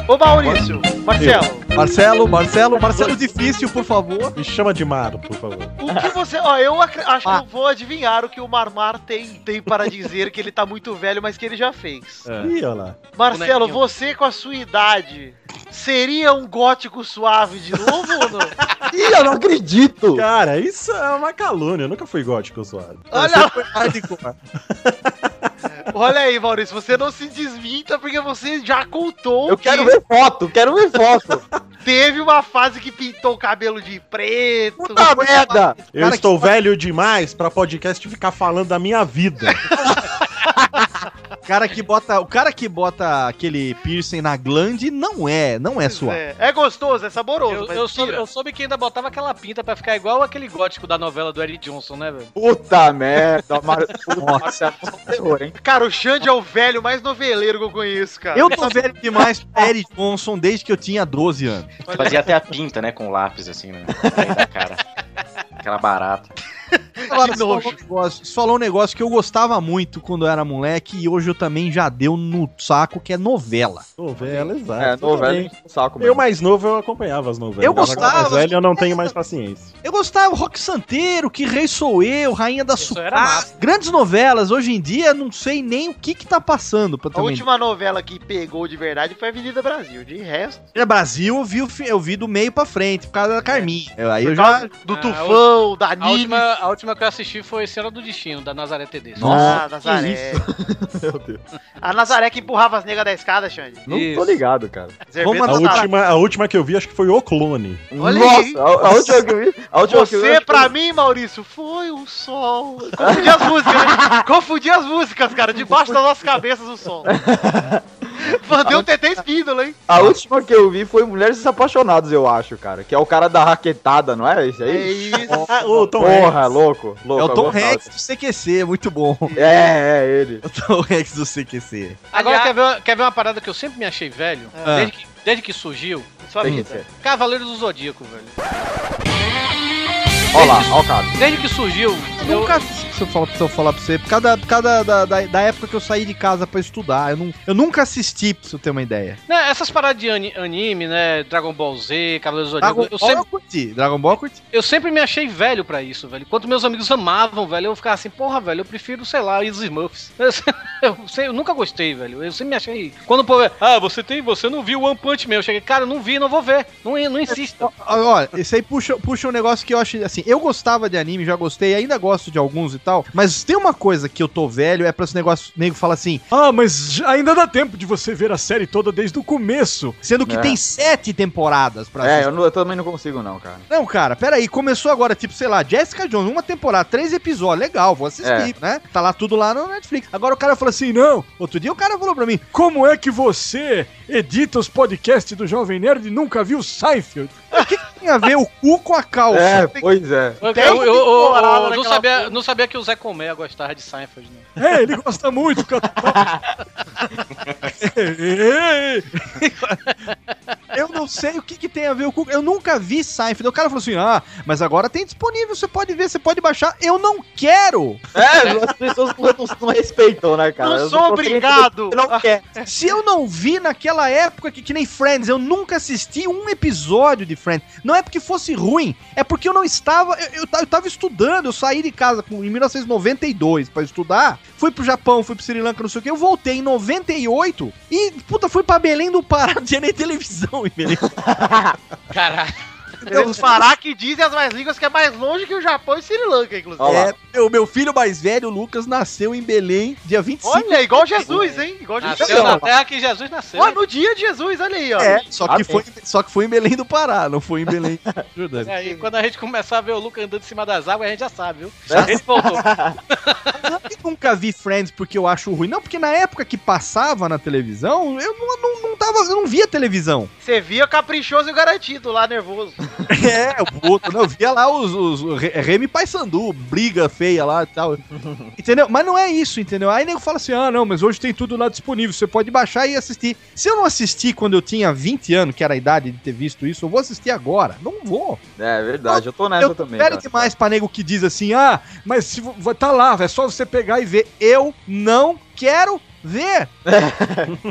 Ô Maurício, Marcelo, Marcelo, Marcelo, Marcelo difícil, por favor. Me chama de Maro, por favor. o que você. Ó, eu acre- acho Ah. que eu vou adivinhar o que o Marmar tem, tem para dizer que ele tá muito velho, mas que ele já fez. Ih, olha lá. Marcelo, Bonequinho. você com a sua idade seria um gótico suave de novo ou não? Ih, eu não acredito. Cara, isso é uma calúnia. Eu nunca fui gótico, suave. Olha lá. Hardcore. Olha aí, Maurício, você não se desminta porque você já contou Eu um que quero ver foto, quero ver foto. teve uma fase que pintou o cabelo de preto. Puta merda! Eu estou velho demais pra podcast ficar falando da minha vida. O cara que bota, o cara que bota aquele piercing na glande não é, não é sua. É, é gostoso, é saboroso. Eu, mas eu soube, tira. eu soube que ainda botava aquela pinta pra ficar igual aquele gótico da novela do Eric Johnson, né, velho? Puta merda, Mar... Nossa, terror, hein? Cara, o Xande é o velho mais noveleiro que eu conheço, cara. Eu tô velho demais pra Eric Johnson desde que eu tinha 12 anos. Fazia até a pinta, né? Com lápis, assim, né? Cara. Aquela barata. Agora, só nojo. falou, um negócio, só falou um negócio que eu gostava muito quando eu era moleque e hoje eu também já deu no saco, que é novela. Novela, exato. É, novela hein? saco, mano. Eu mais novo eu acompanhava as novelas. Eu Agora, gostava, Mais velho eu não mas- tenho mais paciência. Eu gostava, Rock Santeiro, Que Rei Sou Eu, Rainha da Isso Sucá. era massa. Grandes novelas, hoje em dia não sei nem o que que tá passando. Pra A também. última novela que pegou de verdade foi Avenida Brasil. De resto, É Brasil, eu vi, o fi- eu vi do meio pra frente, por causa da Carminha. Eu- Aí eu É. por causa já... do Ah, Tufão, da A Nini. última, a última que eu assisti foi Senhora do Destino, da Nazaré Tedesco. Nossa, Ah, Nazaré. A Nazaré que empurrava as negas da escada, Xande. Não Isso. tô ligado, cara. Zerbeto mandar A Nazaré. última, a última que eu vi acho que foi O Clone. tá Olha Nossa, aí. a, a última que eu vi. A última que eu vi, eu Você, acho que pra mim, Maurício, foi um sol. Confundi as músicas, né? Confundi as músicas, cara. Debaixo das nossas cabeças o sol. Mandei um TT espíndola, hein? A última que eu vi foi Mulheres Apaixonadas, eu acho, cara. Que é o cara da raquetada, não é esse É aí? isso. Ah, o Tom Porra, Hanks. louco, louco. É o eu Tom gostava. Rex do CQC, muito bom. É, é ele. É o Tom Rex do CQC. Agora, quer Aliás- ver, quer ver uma parada que eu sempre me achei velho? Ah. Desde, que, desde que surgiu? Sua Tem que vida. ser. Cavaleiros do Zodíaco, velho. Ó lá, ó o cara. Desde que surgiu, Eu eu, nunca assisti, se eu, falar, se eu falar pra você, por causa, da, por causa da, da, da época que eu saí de casa pra estudar. Eu, não, eu nunca assisti, pra você ter uma ideia. né, essas paradas de ani- anime, né? Dragon Ball Z, Cavaleiros do Zodíaco, Dragon eu Ball sempre, eu curti. Dragon Ball eu curti. eu sempre me achei velho pra isso, velho. Enquanto meus amigos amavam, velho, eu ficava assim, porra, velho, eu prefiro, sei lá, os Smurfs. Eu, sei- eu nunca gostei, velho. Eu sempre me achei. Quando o povo. Ah, você tem. Você não viu o One Punch Man? Eu cheguei, cara, eu não vi, não vou ver. Não, não insista. Ó, Olha, isso aí puxa, puxa um negócio que eu acho assim. Eu gostava de anime, já gostei, ainda gosto de alguns e tal. Mas tem uma coisa que eu tô velho, é pra esse negócio nego fala assim. Ah, mas ainda dá tempo de você ver a série toda desde o começo. Sendo que É. tem sete temporadas pra É, eu, não- eu também não consigo, não, cara. Não, cara, peraí, começou agora, tipo, sei lá, Jessica Jones, uma temporada, três episódios, legal, vou É. assistir, né? Tá lá tudo lá no Netflix. Agora o cara falou assim, não, outro dia o cara falou pra mim, Como é que você edita os podcasts do Jovem Nerd e nunca viu Seinfeld? tem a ver o cu com a calça. É, pois é. Eu, Dez um eu- eu- eu- temporadas não, naquela sabia, porra. não sabia que o Zé Colmeia gostava de Seinfeld, né? É, ele gosta muito. cara. Eu não sei o que, que tem a ver o cu, eu nunca vi Seinfeld. O cara falou assim, ah, mas agora tem disponível, você pode ver, você pode baixar. Eu não quero! É, as pessoas não, não- não respeitam, né, cara? Não Eu sou consigo entender obrigado. o que Não quer. Se eu não vi naquela época, que, que nem Friends, eu nunca assisti um episódio de Friends. Não é porque fosse ruim, é porque eu não estava. Eu, eu, ta- eu tava estudando, eu saí de casa com- em 1992 pra estudar, fui pro Japão, fui pro Sri Lanka, não sei o que, eu voltei em 98 e, puta, fui pra Belém do Pará, não tinha nem televisão em Belém. Caralho. Eu parar que dizem as mais línguas que é mais longe que o Japão e Sri Lanka, inclusive. Olha lá. É, meu, meu filho mais velho, o Lucas, nasceu em Belém dia 25. Olha, é igual Jesus, hein? Igual Nasceu Jesus. na terra que Jesus nasceu. Ó, no dia de Jesus, olha aí, ó. É, só ah, que, Amém. foi, só que foi em Belém do Pará, não foi em Belém da Jordânia. É, e quando a gente começar a ver o Lucas andando em cima das águas, a gente já sabe, viu? É. Ele voltou. Eu nunca vi Friends porque eu acho ruim. Não, porque na época que passava na televisão, eu não, não, não tava, eu não via televisão. Você via caprichoso e garantido lá, nervoso. É, o outro, não, eu via lá os, os, o Re- Remy Paysandu, briga feia lá e tal. Entendeu? Mas não é isso, entendeu? Aí nego fala assim: ah, não, mas hoje tem tudo lá disponível, você pode baixar e assistir. Se eu não assisti quando eu tinha 20 anos, que era a idade de ter visto isso, eu vou assistir agora. Não vou. É verdade, eu tô nessa eu também. espero cara. demais pra nego que diz assim: ah, mas se, vo- tá lá, é só você pegar e ver. Eu não quero ver.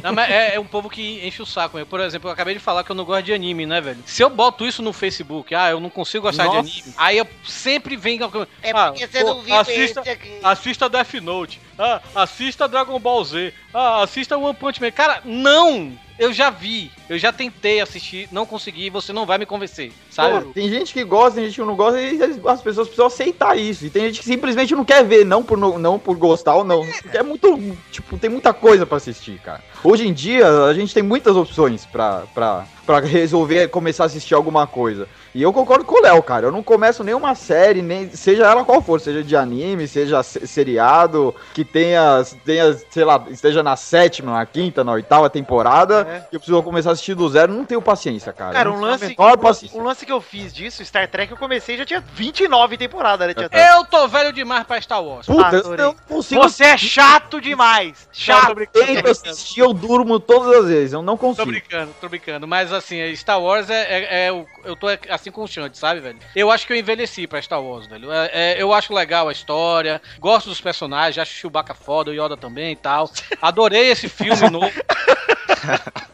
Não, mas é, é um povo que enche o saco. meu. Por exemplo, eu acabei de falar que eu não gosto de anime, né, velho? Se eu boto isso no Facebook, ah, eu não consigo gostar de Nossa. anime, aí eu sempre vem. alguma- É Ah, porque você pô, não viu assista- esse aqui. Assista Death Note. ah, assista Dragon Ball Z, ah, assista One Punch Man. Cara, não! Eu já vi, eu já tentei assistir, não consegui, você não vai me convencer, sabe? Pô, tem gente que gosta, tem gente que não gosta, e as- as pessoas precisam aceitar isso. E tem gente que simplesmente não quer ver, não por, não, não por gostar ou não. Porque É muito. Tipo, tem muita coisa pra assistir, cara. Hoje em dia, a gente tem muitas opções pra, pra, pra resolver começar a assistir alguma coisa. E eu concordo com o Léo, cara. Eu não começo nenhuma série, nem seja ela qual for, seja de anime, seja se- seriado, que tenha, tenha, sei lá, esteja na sétima, na quinta, na oitava temporada, É. que eu preciso começar a assistir do zero. Não tenho paciência, cara. Cara, Não é um tenho a lance, menor paciência. um lance que eu fiz disso, Star Trek, eu comecei e já tinha 29 temporadas, né? Tinha Eu tô velho demais pra Star Wars. Puta, eu adorei. não consigo Você é chato demais! Chato! tento assistir, eu durmo todas as vezes, eu não Tô consigo. brincando, tô brincando. Mas assim, Star Wars é. é- é o- eu tô assim com o Xande, sabe, velho? Eu acho que eu envelheci pra Star Wars, velho. É- é, eu acho legal a história, gosto dos personagens, acho Chewbacca foda, o Yoda também e tal. Adorei esse filme novo.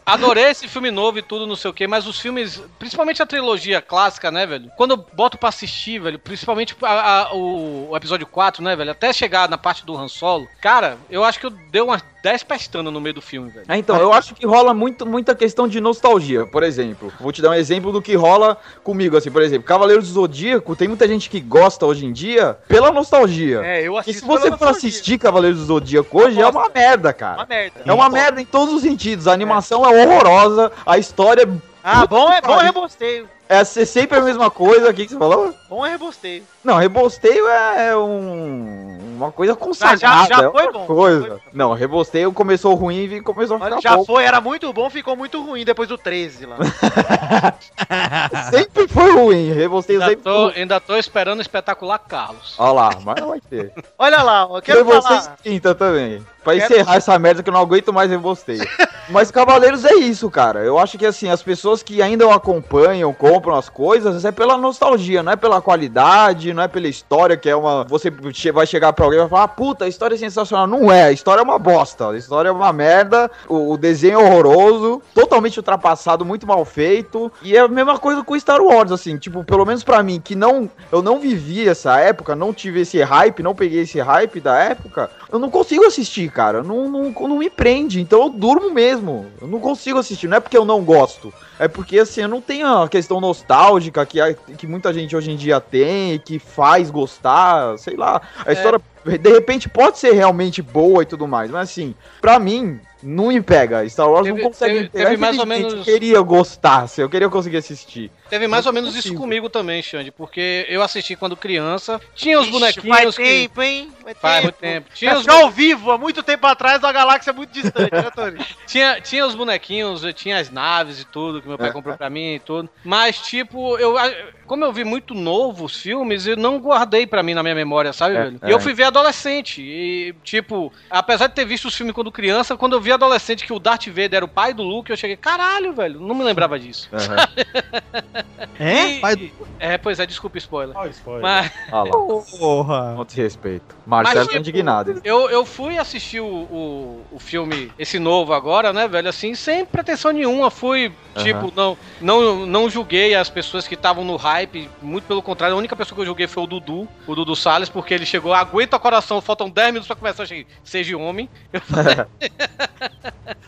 Adorei esse filme novo e tudo, não sei o quê, mas os filmes, principalmente a trilogia clássica, né, velho? Quando eu boto pra assistir, velho, principalmente a- a- o, o episódio 4, né, velho? Até chegar na parte do Han Solo, cara, eu acho que eu dei umas 10 pestanas no meio do filme, velho. Ah, então, eu acho que rola muito, muita questão de nostalgia, por exemplo. Vou te dar um exemplo do que rola comigo, assim, por exemplo, Cavaleiros do Zodíaco, tem muita gente que gosta hoje em dia pela nostalgia. É, eu e se assisto você pela for nostalgia. assistir Cavaleiros do Zodíaco hoje, é Gosta. uma merda, Uma cara. merda. É uma merda em todos os sentidos. A animação é horrorosa, a história Ah, bom é, bom é Pariu. rebosteio. é ser sempre a mesma coisa. O que que você falou? Bom é rebosteio. Não, rebosteio é um, uma coisa consagrada. Ah, já- já é foi outra bom, Coisa. já foi bom. Não, rebosteio começou ruim e começou a ficar já bom. foi, era muito bom, ficou muito ruim depois do 13 lá. Sempre foi ruim. Rebosteio Ainda sempre foi tô, ruim. ainda tô esperando o espetacular Carlos. Olha lá, mas vai ter. Olha lá, ó, Quero quero vocês falar. quinta também. Pra Quero- encerrar essa merda que eu não aguento mais rebosteio. Mas Cavaleiros é isso, cara. Eu acho que assim, as pessoas que ainda o acompanham, compram as coisas, é pela nostalgia, não é pela qualidade, não é pela história, que é uma. Você che- vai chegar pra alguém e vai falar, "Ah, puta, a história é sensacional. Não é, a história é uma bosta, a história é uma merda, o, o desenho é horroroso, totalmente ultrapassado, muito mal feito. E é a mesma coisa com Star Wars, assim, tipo, pelo menos pra mim, que não. Eu não vivi essa época, não tive esse hype, não peguei esse hype da época, eu não consigo assistir, cara. Não, não, não me prende. Então eu durmo mesmo. Eu não consigo assistir. Não é porque eu não gosto. É porque, assim, eu não tenho a questão nostálgica que, a- que muita gente hoje em dia tem e que faz gostar. Sei lá. A história, de repente, pode ser realmente boa e tudo mais. Mas, assim, pra mim, não me pega. Star Wars Teve- não consegue teve- me pegar. teve mais ou Infelizmente, menos- Eu queria gostar. assim, eu queria conseguir assistir. Teve mais ou Não é menos isso consigo. comigo também, Xande, porque eu assisti quando criança. Tinha os Ixi, bonequinhos Faz que. tempo, hein? Faz muito tempo. Tinha os, Já ao vivo, há muito tempo atrás, da galáxia muito distante, né, Tony? tinha, tinha os bonequinhos, eu tinha as naves e tudo, que meu Ah, pai comprou pra mim e tudo. Mas, tipo, eu. Como eu vi muito novo os filmes, eu não guardei pra mim na minha memória, sabe, É, velho? é. E eu fui ver adolescente. E, tipo, apesar de ter visto os filmes quando criança, quando eu vi adolescente que o Darth Vader era o pai do Luke, eu cheguei, caralho, velho, não me lembrava disso. É? E- Pai, É, pois é, desculpa o spoiler. Olha o spoiler. Mas. Olha Ah lá. porra. Quanto respeito. Marcelo tá tipo, indignado. Eu, eu fui assistir o, o, o filme, esse novo agora, né, velho? Assim, sem pretensão nenhuma. Fui, Aham. tipo, não, não, não julguei as pessoas que estavam no hype. Muito pelo contrário, a única pessoa que eu julguei foi o Dudu, o Dudu Salles, porque ele chegou, aguenta coração, faltam 10 minutos pra começar. Eu cheguei, seja um homem.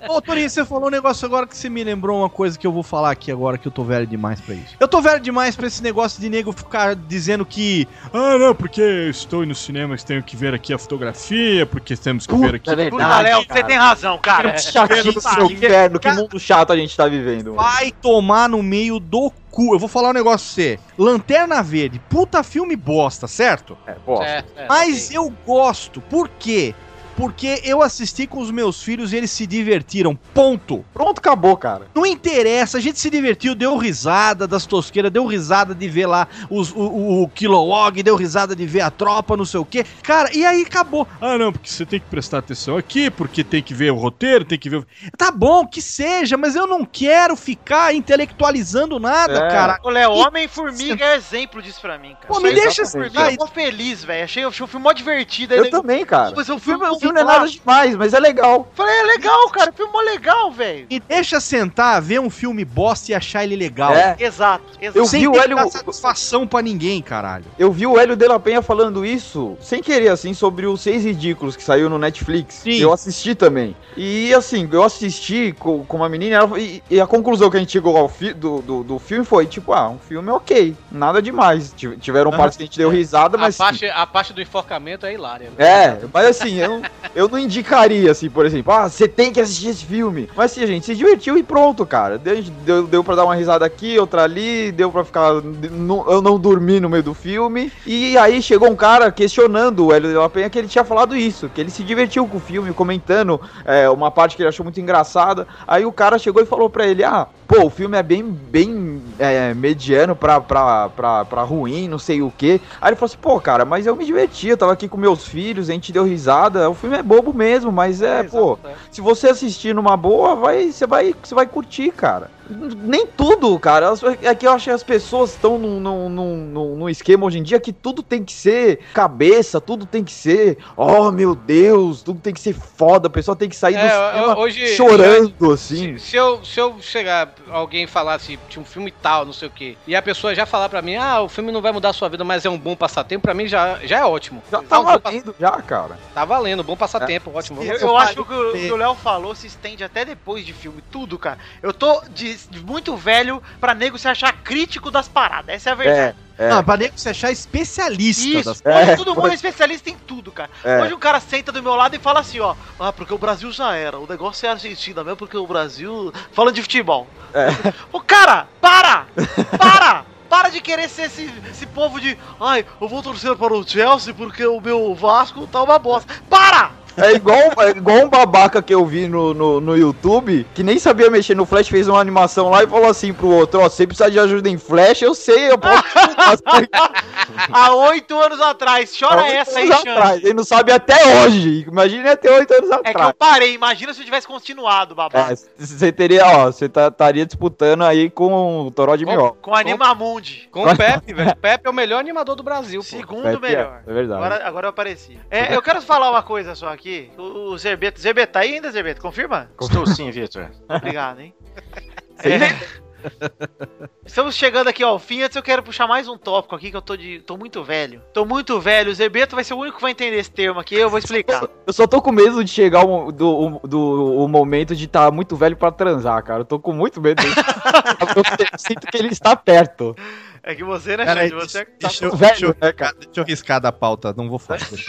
Ô, Torinho, você falou um negócio agora que você me lembrou uma coisa que eu vou falar aqui agora, que eu tô velho demais pra isso. Eu tô velho demais pra esse negócio de nego ficar dizendo que. Ah, não, porque eu estou no cinema, tenho que ver aqui a fotografia, porque temos que É ver aqui. Puta, Léo, você tem razão, cara. Chatinho do seu inferno, que mundo chato a gente tá vivendo. mano. Vai tomar no meio do cu. Eu vou falar um negócio pra você. Lanterna Verde, puta filme bosta, certo? É, bosta. É, é, Mas ok. eu gosto. Por quê? Porque eu assisti com os meus filhos e eles se divertiram. Ponto. Pronto, acabou, cara. Não interessa, a gente se divertiu, deu risada das tosqueiras, deu risada de ver lá os, o, o, o Kilowog, deu risada de ver a tropa, não sei o quê. Cara, e aí acabou. Ah, não, porque você tem que prestar atenção aqui, porque tem que ver o roteiro, tem que ver. o- Tá bom, que seja, mas eu não quero ficar intelectualizando nada, É. cara. Ô, Léo, Homem-Formiga é exemplo disso pra mim, cara. Pô, me Isso aí, deixa exatamente. Eu explicar. tô feliz, velho. Achei, achei o filme mó divertido. aí Eu nego- também, cara. um Mas o filme, o filme não é nada demais, mas é legal. Falei, é legal, cara. Filme mó legal, velho. E deixa sentar, ver um filme bosta e achar ele legal. É. Exato, exato. Eu Sem vi o ter que Hélio- dar satisfação pra ninguém, caralho. Eu vi o Hélio de la Penha falando isso, sem querer, assim, sobre os Seis Ridículos que saiu no Netflix. Sim. Eu assisti também. E, assim, eu assisti co- com, uma menina ela- e, e a conclusão que a gente chegou ao fi- do, do, do filme foi, tipo, ah, um filme ok, nada demais. Ti- Tiveram partes que a gente deu É. risada, A mas... parte, a parte do enforcamento é hilária. né? É, mas assim, eu, eu não indicaria, assim, por exemplo, ah, você tem que assistir esse filme. Mas assim, a gente se divertiu e pronto, cara. Deu, deu, deu pra dar uma risada aqui, outra ali, deu pra ficar. não- eu não dormi no meio do filme. E aí chegou um cara questionando o Hélio de La Penha que ele tinha falado isso, que ele se divertiu com o filme, comentando é, uma parte que ele achou muito engraçada. Aí o cara chegou e falou pra ele: ah, pô, o filme é bem, bem é, mediano pra, pra, pra, pra ruim, não sei o quê. Aí ele falou assim, pô, cara, mas eu me diverti, eu tava aqui com meus filhos, a gente deu risada, o filme é bobo mesmo, mas é, pô, exato, é. se você assistir numa boa, vai, você vai, você vai curtir, cara. N- Nem tudo, cara. As- É que eu acho que as pessoas estão num, num, num, num- num esquema hoje em dia que tudo tem que ser cabeça, tudo tem que ser, oh meu Deus, tudo tem que ser foda, a pessoa tem que sair É, do cinema hoje- chorando, assim. Se, se eu, se eu chegar, alguém falar assim, tinha um filme tal, não sei o quê, e a pessoa já falar pra mim, ah, o filme não vai mudar a sua vida, mas é um bom passatempo, pra mim já, já é ótimo. Já Ah, tá um bom pa- valendo, já, cara. É. tá valendo, bom passatempo, ótimo. Eu, Vamos- eu acho que o que o Léo falou se estende até depois de filme, tudo, cara. Eu tô de, de muito velho pra nego se achar crítico das paradas. Essa é a verdade. É, é. Não, pra nem você achar especialista das Isso, hoje É, todo mundo é especialista em tudo, cara. É. Hoje um cara senta do meu lado e fala assim, ó, ah, porque o Brasil já era, o negócio é a Argentina mesmo, porque o Brasil. Falando de futebol. É. O cara, para! Para! Para de querer ser esse, esse povo de. Ai, eu vou torcer para o Chelsea porque o meu Vasco tá uma bosta. Para! É igual, é igual um babaca que eu vi no, no, no YouTube, que nem sabia mexer no Flash, fez uma animação lá e falou assim pro outro, ó, você precisa de ajuda em Flash, eu sei, eu posso te ajudar." Há oito anos atrás, chora essa aí, Anos Xande. atrás. Ele não sabe até hoje, imagina até oito anos É que eu atrás. parei, imagina se eu tivesse continuado, babá. É, você teria, ó, você tá- estaria disputando aí com o Toró de Com- Mió. Com Animamundi. Com o Pepe, velho. O Pepe é o melhor animador do Brasil, pô. Segundo melhor. É verdade. Agora, agora eu apareci. É, eu quero falar uma coisa só aqui. O, o Zerbeto. Zerbeto, tá aí ainda, Zerbeto? Confirma? Estou sim, Vitor. Obrigado, hein? É. Estamos chegando aqui ao fim. Antes eu quero puxar mais um tópico aqui que eu tô de. tô muito velho. Tô muito velho. O Zerbeto vai ser o único que vai entender esse termo aqui. Eu vou explicar. Eu só tô com medo de chegar o, do, o- do, o momento de estar muito velho pra transar, cara. Eu tô com muito medo. disso. eu sinto que ele está perto. É que você, né, Peraí, Xande? Você tá- deixa, eu, deixa, eu Velho, né, cara? riscar, deixa eu riscar da pauta, não vou fazer.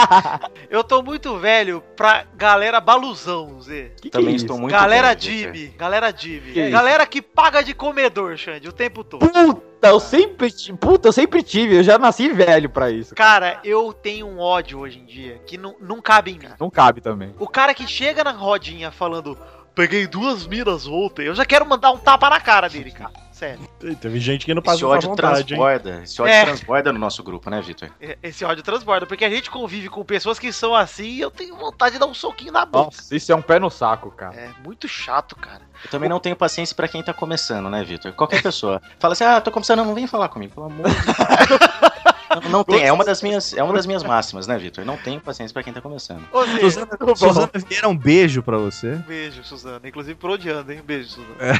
Eu tô muito velho pra galera baluzão, Zé. Que que é Também isso? estou muito. Galera bem, Vitor. Dib. Galera Que é Dib. isso? Galera que paga de comedor, Xande, o tempo todo. Puta, eu sempre, ti- puta, eu sempre tive, eu já nasci velho pra isso. Cara, eu tenho um ódio hoje em dia que não, não cabe em mim. Não cabe também. O cara que chega na rodinha falando, peguei duas miras ontem, eu já quero mandar um tapa na cara dele, cara. Sério. Ih, Teve gente que não Esse passou com a ódio vontade, hein? transborda. Esse ódio É. transborda no nosso grupo, né, Vitor? É- Esse ódio transborda, porque a gente convive com pessoas que são assim e eu tenho vontade de dar um soquinho na boca. Nossa, isso é um pé no saco, cara. É muito chato, cara. Eu também não tenho paciência pra quem tá começando, né, Vitor? Qualquer pessoa. Fala assim, ah, tô começando, não vem falar comigo, pelo amor de Deus. Não, não tem, é uma das minhas, é uma das minhas máximas, né, Vitor? Não tenho paciência pra quem tá começando. Ô, Zé, Suzana, Suzana Vieira, um beijo pra você. Beijo, Suzana. Inclusive por odiando, hein? Um Beijo, Suzana. É.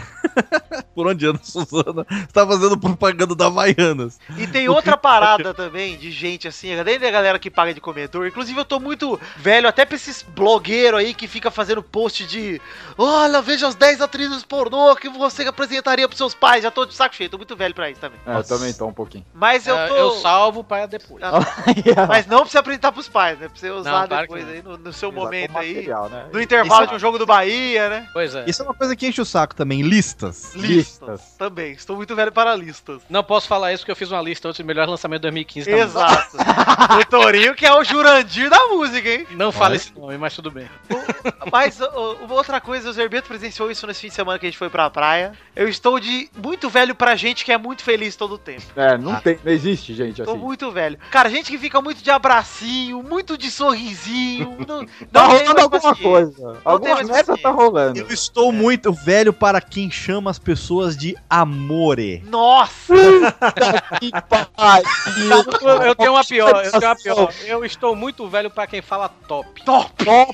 é. Por onde anda, Suzana? Você tá fazendo propaganda da Havaianas. E tem tá outra parada também de gente assim, além da galera que paga de comedor. Inclusive, eu tô muito velho até pra esses blogueiros aí que fica fazendo post de Olha, veja as 10 atrizes pornô que você apresentaria pros seus pais. Já tô de saco cheio, tô muito velho pra isso também. É, eu também tô um pouquinho. Mas eu Ah, tô. Eu salvo para depois. Ah, Mas não pra você apresentar pros pais, né? Pra você usar claro depois que não. aí no, no seu Exato, momento com aí. material, né? No intervalo de um jogo do Bahia, né? Pois é. Isso é uma coisa que enche o saco também, listas. Listas. Listas. Também. Estou muito velho para listas. Não posso falar isso porque eu fiz uma lista antes do melhor lançamento de 2015. tá bom? Exato. o Torinho que é o Jurandir da música, hein? Não fala esse nome, mas tudo bem. Mas ô, uma outra coisa, o Zerbeto presenciou isso nesse fim de semana que a gente foi pra praia. Eu estou de muito velho pra gente que é muito feliz todo o tempo. É, não tem, não existe, gente, Tô assim. muito velho. Cara, gente que fica muito de abracinho, muito de sorrisinho. Não, não Tá tem rolando mais alguma paciência. coisa. tem Alguma mais merda tá paciência. É. rolando. Eu estou muito velho para quem chama as pessoas de amore. Nossa! Que pai. Eu, eu tenho uma pior, eu tenho uma pior. Eu estou muito velho pra quem fala top. Top. Pra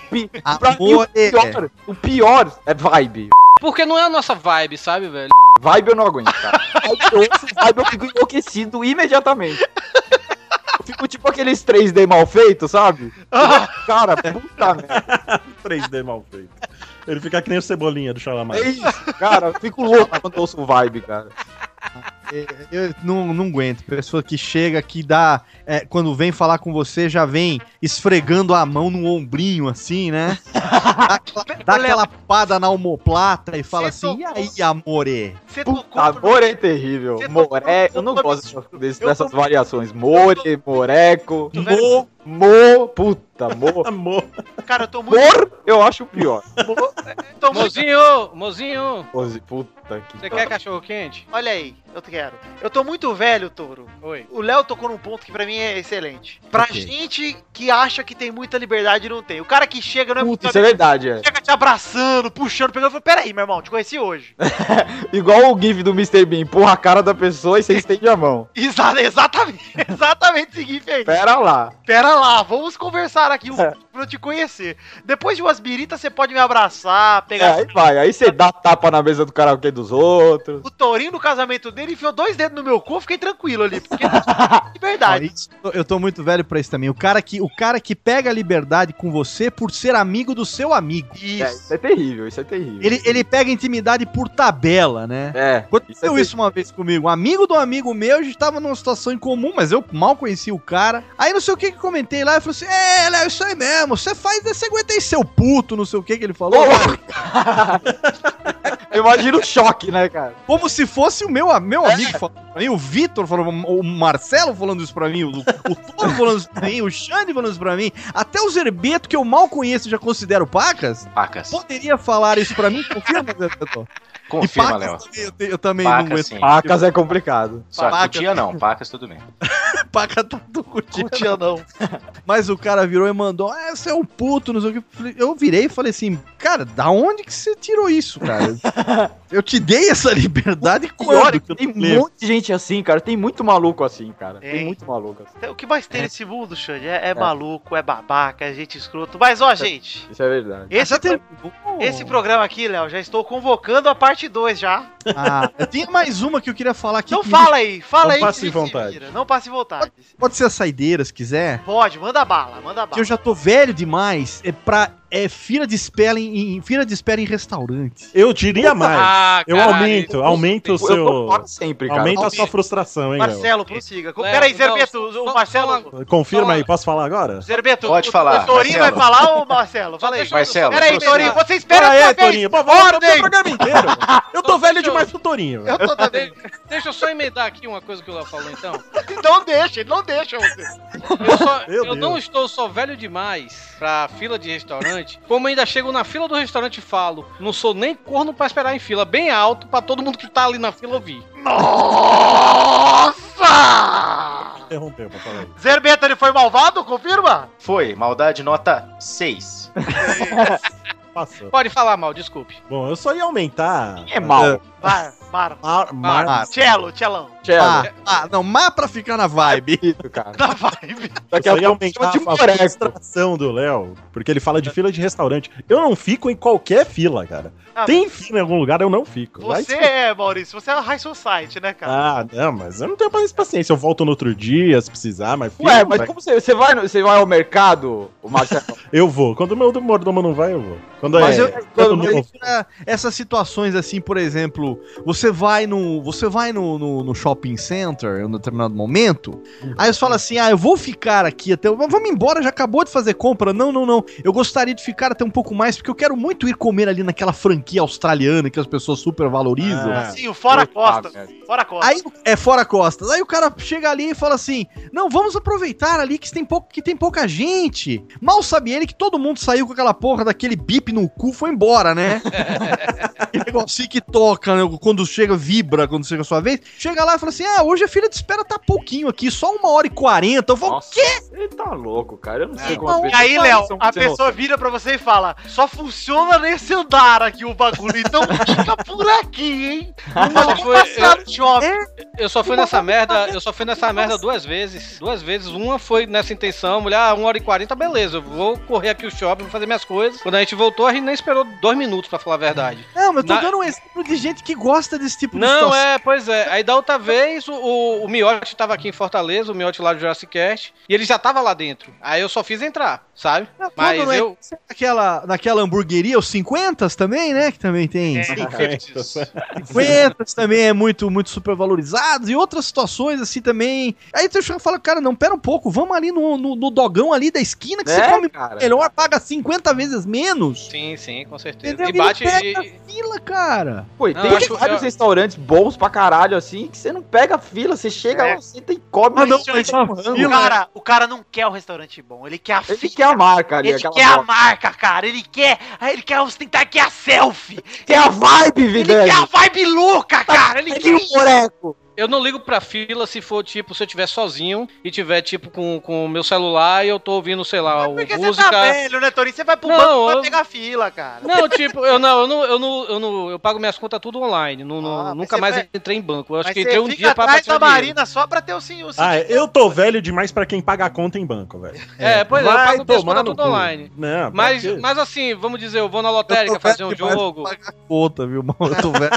mim, o Amore. é. pior, o pior é vibe. Porque não é a nossa vibe, sabe, velho? Vibe eu não aguento, cara. Vibe, eu ouço vibe, eu fico enlouquecido imediatamente. Eu fico tipo aqueles 3D mal feitos, sabe? Ah. Cara, puta merda. 3D mal feito. Ele fica que nem o Cebolinha do Xalamar. É isso, cara. Eu fico louco quando eu ouço um vibe, cara. É, Eu não, não aguento. Pessoa que chega, que dá. é, quando vem falar com você, já vem esfregando a mão no ombrinho, assim, né? dá aquela, dá aquela pada na omoplata e fala Você assim: e aí, amore? Você tocou. Puta, no- more é terrível. Você tá Moré, falando eu não tudo gosto desse- Eu dessas tô- variações. More, moreco, Muito velho. mo, mo, puta, mo. Amor. Cara, eu tô muito. Mor, eu acho o pior. Tô muito Então, Mozinho, mozinho, Pose, Puta que você quer cachorro quente? Então tá. Olha aí, eu quero. Eu tô muito velho, Touro. Oi. O Léo tocou num ponto que pra mim é excelente. Pra Ok. gente que acha que tem muita liberdade e não tem. O cara que chega, não é Puta, muito isso é verdade, é. Chega te abraçando, puxando, pegando. Fala, Peraí, meu irmão, te conheci hoje. Igual o GIF do Mr. Bean, empurra a cara da pessoa e você estende a mão. Exa- exatamente, exatamente esse gif aí. Pera lá. Pera lá, vamos conversar aqui um É. pouco pra eu te conhecer. Depois de umas biritas, você pode me abraçar, É, pegar. aí vai, aí você dá tapa na mesa do karaokê dos outros. O tourinho no casamento dele enfiou dois dedos no meu cu, eu fiquei tranquilo ali. Porque Ó, liberdade. isso- eu tô muito velho pra isso também. O cara, que, o cara que pega a liberdade com você por ser amigo do seu amigo. É, isso é terrível, isso é terrível. Ele, ele pega intimidade por tabela, né? É. isso é Aconteceu ter- isso uma vez comigo. Um amigo de um amigo meu, a gente tava numa situação incomum, mas eu mal conhecia o cara. Aí não sei o que que eu comentei lá, eu falei assim: É, Léo, isso aí mesmo, você faz, você aguenta aí seu puto, não sei o que que ele falou. Eu imagino o choque, né, cara? É. Como se fosse o meu, a- meu amigo falando pra mim, o Vitor falando, o Marcelo falando isso pra mim, o, o Toro falando isso pra mim, o Xande falando isso pra mim, até o Zerbeto, que eu mal conheço e já considero pacas, Pacas. poderia falar isso pra mim, confirma, Zerbeto? E Confirma, Léo. pacas também, eu, te- eu também não Pacas, aguento. sim. Pacas é complicado. Só Pacas. cutia não, pacas tudo bem. Paca tá do cutia. Tia não. Mas o cara virou e mandou, ah, você é um puto, não sei o que. Falei- Eu virei e falei assim, cara, da onde que você tirou isso, cara? eu te dei essa liberdade Pior, quando? é que tem um monte de gente assim, cara. Tem muito maluco assim, cara. Tem Tem. Então- muito maluco assim. É, O que mais tem nesse mundo, Xande? É, é maluco, é babaca, é gente escroto. Mas ó, gente. Isso é verdade. Esse, Já tem- um esse programa aqui, Léo, já estou convocando a parte 2 já. Ah, tem mais uma que eu queria falar aqui. Então que fala aí, fala Não aí. que passe se vontade. vira, Não passe vontade. Pode ser a saideira, se quiser. Pode, manda bala, manda Que bala. eu já tô velho demais. É pra. É fila de espera em, em- fila de espera em restaurante. Eu diria mais. Ah, Eu caralho. aumento, aumento o Eu tô seu. fora sempre, cara. Aumenta a Nossa, sua frustração, hein, Léo? Marcelo, prossiga. Léo, Peraí, não, Zerbeto, o só- Marcelo. Confirma Fala. aí, posso falar agora? Zerbeto, Pode o- falar, o Torinho vai Marcelo. falar ou o Marcelo? Fala aí. Só deixa eu- Marcelo, Peraí, prossiga. Torinho, você espera Pera a aí, sua vez. Torinho. Pô, vou falar o Ordem. programa inteiro. Eu tô velho demais pro Torinho. velho. Eu tô também. Deixa eu só emendar aqui uma coisa que o Léo falou, então. Não deixa, ele não deixa você. Eu, só- Meu eu não estou só velho demais pra fila de restaurante, como ainda chego na fila do restaurante e falo, não sou nem corno pra esperar em fila, bem alto pra todo mundo que tá ali na fila ouvir. Nossa! Interrompeu, pra falar aí. Zerbeto, ele foi malvado? Confirma? Foi, maldade nota 6. Passou. Pode falar mal, desculpe. Bom, eu só ia aumentar. É mal. Para, para. Mar, mar, Ah, é Cello, Tchelão. Tchelo, ah, ah, não, má pra ficar na vibe. isso, cara. Da vibe. Daqui eu a só ia pouco chama aumentar de a moreco. frustração do Léo, porque ele fala de fila de restaurante. Eu não fico em qualquer fila, cara. Ah, Tem fila em algum lugar, eu não fico. Vai Você se- é, Maurício, você é a High Society, né, cara? Ah, não, mas eu não tenho mais paciência. Eu volto no outro dia, se precisar, mas fila, Ué, mas velho. como você, você, vai, no- você vai ao mercado, o Marcelo? eu vou. Quando o meu mordomo não vai, eu vou. Quando Mas é, eu- quando mas- eu não- Pra Essas situações assim, por exemplo, você vai no, você vai no, no, no shopping center em um determinado momento, aí você fala assim: ah, eu vou ficar aqui até. mas Vamos embora, já acabou de fazer compra. Não, não, não. Eu gostaria de ficar até um pouco mais, porque eu quero muito ir comer ali naquela franquia australiana que as pessoas super valorizam. Ah. É. Sim, o Fora Puta Costa. merda. Fora Costa. Aí é fora costas. Aí o cara chega ali e fala assim: Não, vamos aproveitar ali que tem, pouco, que tem pouca gente. Mal sabe ele que todo mundo saiu com aquela porra daquele bip no cu e foi embora, né? negocinho que toca, né, quando chega, vibra, quando chega a sua vez. Chega lá e fala assim: ah, hoje a fila de espera tá pouquinho aqui, só uma hora e quarenta. Eu vou, o quê? Ele tá louco, cara. Eu não É. sei não, como E aí, Léo, a pessoa vira pra você e fala: só funciona nesse andar aqui o bagulho, então fica por aqui, hein? Eu só fui- eu- Passado shopping. Eu só fui nessa merda, eu só fui nessa merda duas vezes. Duas vezes. Uma foi nessa intenção, mulher, ah, 1 hora e 40, beleza, eu vou correr aqui o shopping, vou fazer minhas coisas. Quando a gente voltou, a gente nem esperou dois minutos, pra falar a verdade. Não, mas eu tô Na- dando um exemplo de gente que gosta desse tipo de Não, é, pois é. Aí da outra vez, o, o, o Miotti tava aqui em Fortaleza, o Miotti lá do Jurassic Cast, e ele já tava lá dentro. Aí eu só fiz entrar, sabe? Não, Mas quando não é- eu... Naquela, naquela hamburgueria, os 50 também, né? Que também tem. É, Exatamente. 50 também é muito, muito super valorizado e outras situações assim também. Aí tu chega e fala, cara, não, pera um pouco, vamos ali no, no, no dogão ali da esquina que você É, come cara. melhor, paga 50 vezes menos. Sim, sim, com certeza. Entendeu? E bate... pega e- a fila, cara. Pô, e Não, tem eu acho- vários eu- restaurantes bons pra caralho, assim, que você não pega fila, você chega É. lá, senta e come. Ah, não, mas mas tá a tomando. O cara, o cara não quer o restaurante bom, ele quer a Ele fila. quer é a marca ali, Ele aquela quer é a marca. marca, cara. Ele quer. Ele quer ostentar é aqui a selfie. Quer é a vibe, Ele Vidani. quer a vibe louca, cara. Ele quer. o moleco. Eu não ligo pra fila se for, tipo, se eu tiver sozinho e tiver, tipo, com com o meu celular e eu tô ouvindo, sei lá, o Porque música... você tá velho, né, Torinho? Você vai pro Não, banco pra eu- pegar fila, cara. Não, tipo, eu não, eu não, eu não, eu não- eu pago minhas contas tudo online. Não, não- Ah, mas nunca você mais vai- entrei em banco. Eu acho Mas que você entrei um fica dia pra atrás passar da o dinheiro. Marina só pra ter o sim. o sim- Ah, eu tô velho demais pra quem paga a conta em banco, velho. É, pois é, eu Vai pago minhas tomar contas no tudo cu. online. Não, pra Mas, quê? mas assim, vamos dizer, eu vou na lotérica fazer um jogo. Puta, viu, mano? Eu tô velho.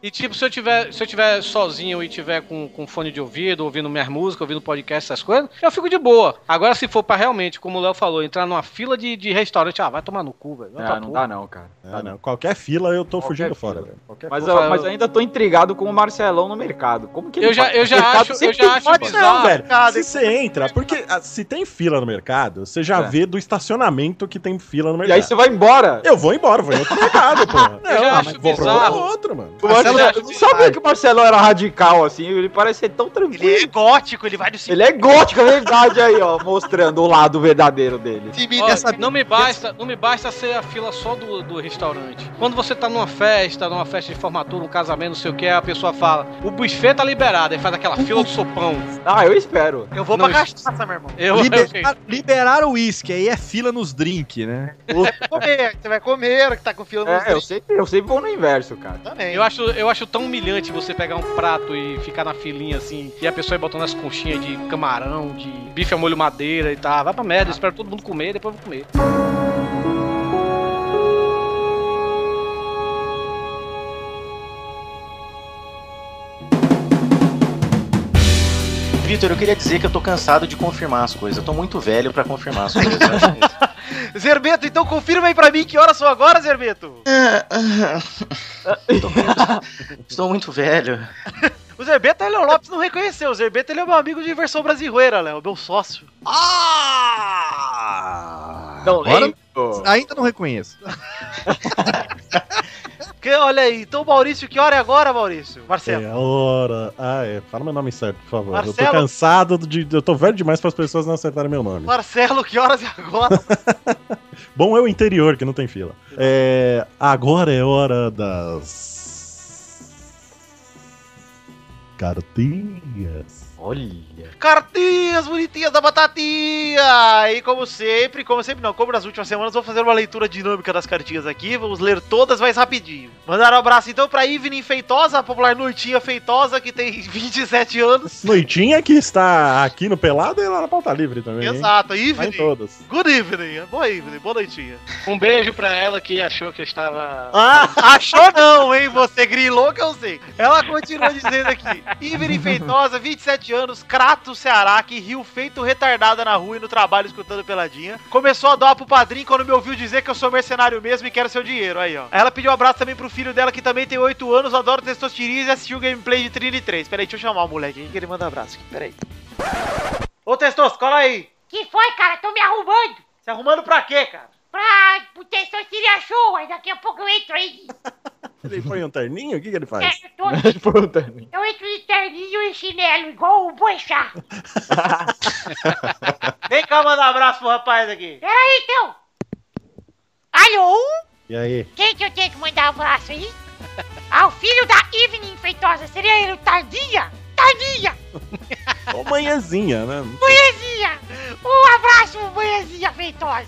E tipo, se eu tiver, se eu tiver sozinho e tiver com, com fone de ouvido, ouvindo minhas músicas, ouvindo podcast, essas coisas, eu fico de boa. Agora, se for pra realmente, como o Léo falou, entrar numa fila de, de restaurante, ah, vai tomar no cu, velho. Vai pra Ah, não porra. dá não, cara. Ah, não. Qualquer fila eu tô Qualquer fugindo fila. fora, velho. Qualquer Mas, Vou eu, falar- mas eu ainda tô intrigado com o Marcelão no mercado. Como que ele Eu já- faz? eu já O mercado acho- eu sempre já tem acho mais- bizarro. Não, velho. Nada. Se você entra, porque ah, se tem fila no mercado, você já É. vê do estacionamento que tem fila no E mercado. aí você vai embora. Eu vou embora, vou em outro mercado, porra. Eu já ah, acho mas vou pra bizarro. outro, mano. Eu, Marcelo, acho- eu não sabia que o Marcelão era radical assim. Ele parece ser tão tranquilo. Ele é gótico, ele vai no sim. Ele é gótico, é verdade aí, ó. Mostrando o lado verdadeiro dele. Ó, não me basta, não me basta ser a fila só do, do restaurante. Quando você tá numa festa, numa festa de formatura, um casamento, não sei o que, a pessoa fala, o buffet tá liberado, aí faz aquela fila do sopão. Ah, eu espero. Eu vou Não, pra cachaça, meu irmão. Eu, Liberar, liberar o uísque, aí é fila nos drink, né? Comer, você vai comer, que tá com fila no É, eu sempre, eu sempre vou no inverso, cara. também. eu, eu acho, eu acho tão humilhante você pegar um prato e ficar na filinha assim, e a pessoa ir botando as conchinhas de camarão, de bife a molho madeira e tá, vai pra merda, espero todo mundo comer, depois eu vou comer. Vitor, eu queria dizer que eu tô cansado de confirmar as coisas. Eu tô muito velho pra confirmar as coisas. eu acho isso. Zerbeto, então confirma aí pra mim que horas são agora, Zerbeto. Estou muito velho. O Zerbeto, ele é o Lopes, não reconheceu. O Zerbeto, ele é meu amigo de versão brasileira, Léo, meu sócio. Não, Agora- lembro. Ainda não reconheço. Que, É olha aí, então Maurício, que hora é agora, Maurício? Marcelo. É, ora. Ah, é. Fala meu nome certo, por favor. Eu Marcelo. tô cansado de. Eu tô velho demais para as pessoas não acertarem meu nome. Marcelo, que horas é agora? Bom é o interior que não tem fila. É, agora é hora das. Cartinhas. Olha. Cartinhas bonitinhas da batatinha! E como sempre, como sempre não, como nas últimas semanas, vou fazer uma leitura dinâmica das cartinhas aqui, vamos ler todas mais rapidinho. Mandar um abraço então pra Evelyn Feitosa, a popular Noitinha Feitosa, que tem 27 anos. Noitinha que está aqui no Pelado e lá na pauta livre também. hein? Exato, Vai em Evelyn. todas. Good evening, boa evening, boa noitinha. Um beijo pra ela que achou que eu estava. Ah, achou não, hein? Você grilou que eu sei. Ela continua dizendo aqui. Iveri Feitosa, 27 anos, Crato, Ceará, que riu feito retardada na rua e no trabalho escutando peladinha. Começou a doar pro padrinho quando me ouviu dizer que eu sou mercenário mesmo e quero seu dinheiro. Aí, ó. Ela pediu um abraço também pro filho dela, que também tem 8 anos, adora testosterinha e assistiu o gameplay de Trini 3. Peraí, deixa eu chamar o moleque aí que ele manda abraço aqui. Peraí. Ô, Testos, cola aí. Que foi, cara? Tô me arrumando Se arrumando pra quê, cara? pra proteção seria show. Aí daqui a pouco eu entro aí. Ele põe um terninho? O que, que ele É, faz? eu, tô, eu entro de terninho e chinelo, igual o Boixá. Vem cá mandar abraço pro um rapaz aqui. Peraí, então. Alô? E aí? Quem que eu tenho que mandar um abraço aí? Ao filho da Evelyn Feitosa, seria ele o Tardia? Tardia! Ou manhãzinha, né? Manhãzinha! Um abraço, Manhãzinha Feitosa!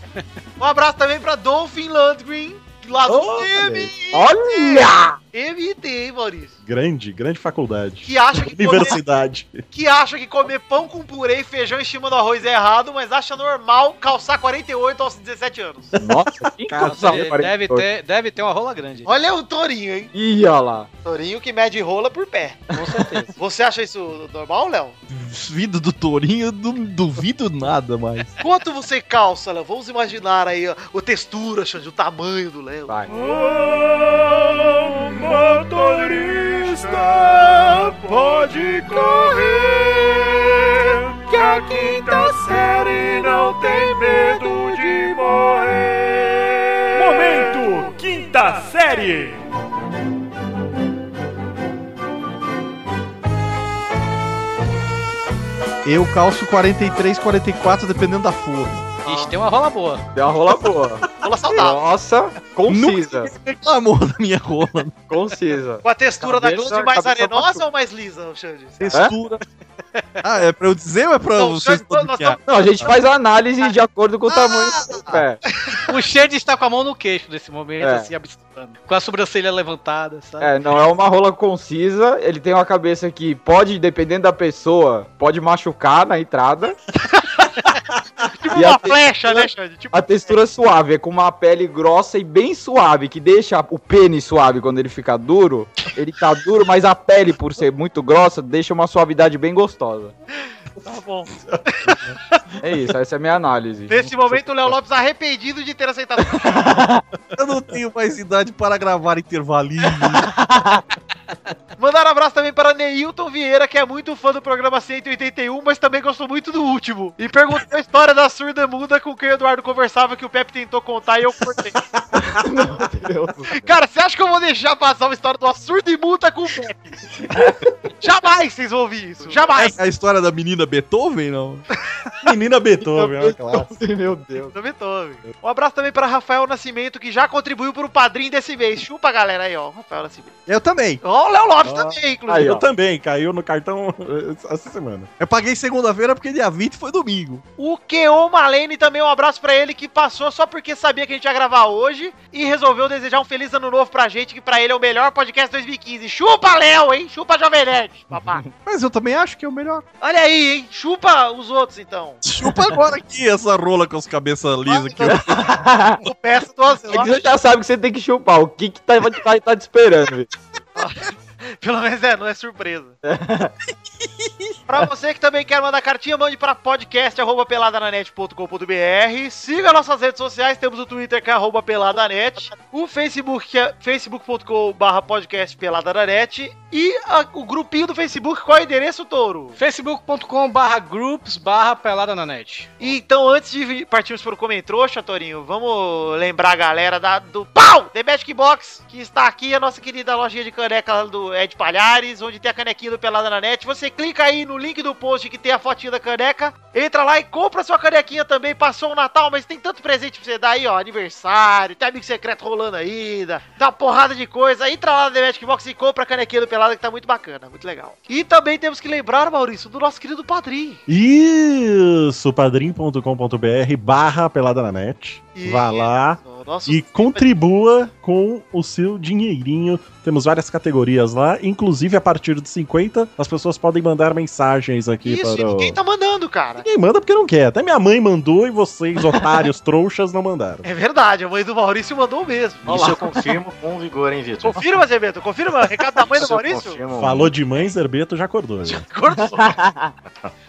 Um abraço também pra Dolphin Landgreen, lá do Olha MIT. aí. Olha! MIT, hein, Maurício? Grande, grande faculdade. Que acha que Universidade. Que acha que comer pão com purê e feijão em cima do arroz é errado, mas acha normal calçar 48 aos 17 anos. Nossa, que Nossa, ele Então, assim, deve, ter, deve ter uma rola grande. Olha o tourinho, hein? Ih, olha lá. Tourinho que mede rola por pé. Com certeza. Você acha isso normal, Léo? Duvido do Torinho, eu não duvido nada mais. Quanto você calça, Léo? Vamos imaginar aí ó, a textura, Xande, o tamanho do Léo. Vai. motorista, pode correr, que a quinta série não tem medo de morrer. Momento quinta série. Eu calço 43, 44, dependendo da forma. Ixi, tem uma rola boa. Deu uma rola boa. rola saudável. Nossa, concisa. Reclamou da minha rola. Concisa. Com a textura da Cabeça- glande mais cabeça arenosa ou mais lisa, Xande? Textura. Ah, é pra eu dizer ou é pra Não, vocês é? nós- nós Ah! bloquear? estamos- Não, a gente faz a análise de acordo com o tamanho do seu pé. O Xande está com a mão no queixo nesse momento, É. assim, absurdo. Com a sobrancelha levantada, sabe? É, não é uma rola concisa, ele tem uma cabeça que pode, dependendo da pessoa, pode machucar na entrada. Tipo E a uma te- flecha, né, Xande? Tipo, A textura é suave, é com uma pele grossa e bem suave, que deixa o pênis suave quando ele fica duro. Ele tá duro, mas a pele, por ser muito grossa, deixa uma suavidade bem gostosa. tá bom. É isso, essa é a minha análise. Nesse momento, o Léo Lopes arrependido de ter aceitado. Eu não tenho mais idade para gravar intervalinho. Mandar um abraço também para Neilton Vieira, que é muito fã do programa 181, mas também gostou muito do último. E perguntou a história da surda muda com quem o Eduardo conversava que o Pepe tentou contar e eu cortei. Cara, você acha que eu vou deixar passar uma história de uma surda e muda com o Pepe? Jamais vocês vão ouvir isso. Jamais. Essa é a história da menina Beethoven, não? né? Menina Beethoven, é uma classe. Meu Deus. Também tome. Um abraço também para Rafael Nascimento, que já contribuiu para o padrinho desse mês. Chupa, galera, aí, ó. Rafael Nascimento. Eu também. Ó, o Léo Lopes Ó. também, inclusive. Aí, eu ó. também, caiu no cartão eh, essa semana. Eu paguei segunda-feira porque dia 20 foi domingo. O Keon Malene também, um abraço pra ele que passou só porque sabia que a gente ia gravar hoje e resolveu desejar um feliz ano novo pra gente, que pra ele é o melhor podcast 2015. Chupa, Léo, hein? Chupa, Jovem Nerd, papá. Mas eu também acho que é o melhor. Olha aí, hein? Chupa os outros, então. Chupa agora aqui essa rola com as cabeças lisas aqui. O peça duas É que você horas. já sabe que você tem que chupar. O que que tá, tá, tá te esperando, velho? Pelo menos é, não é surpresa. pra você que também quer mandar cartinha, mande pra podcast.peladananet.com.br. Siga nossas redes sociais, temos o Twitter que é arroba peladanet, o Facebook que é facebook.com.br podcast peladananet e a- o grupinho do Facebook, qual é o endereço, Touro? facebook.com barra groups barra pelada na net. E então, antes de partirmos pro Comentrouxa, Torinho, vamos lembrar a galera da, do PAU! The Magic Box, que está aqui, a nossa querida lojinha de caneca lá do Ed Palhares, onde tem a canequinha do Pelada na Net. Você clica aí no link do post que tem a fotinha da caneca, entra lá e compra sua canequinha também. Passou o Natal, mas tem tanto presente pra você dar aí, ó, aniversário, tem amigo secreto rolando ainda, dá uma porrada de coisa. Entra lá no The Magic Box e compra a canequinha do Pelada, que tá muito bacana, muito legal. E também temos que lembrar, Maurício, do nosso querido padrinho. Isso, padrim.com.br barra pelada na net. Isso. Vá lá O nosso e contribua com o seu dinheirinho. Temos várias categorias lá, inclusive a partir de 50, as pessoas podem mandar mensagens aqui Isso, para e o... ninguém tá mandando, cara. Ninguém manda porque não quer. Até minha mãe mandou e vocês, otários, trouxas, não mandaram. É verdade, a mãe do Maurício mandou mesmo. Isso eu confirmo com vigor, hein, Vitor? Confirma, Zé Beto, confirma o recado da mãe do Isso eu Maurício. confirmo. Falou de mãe, Zerbeto já acordou. né? Já. Cortou.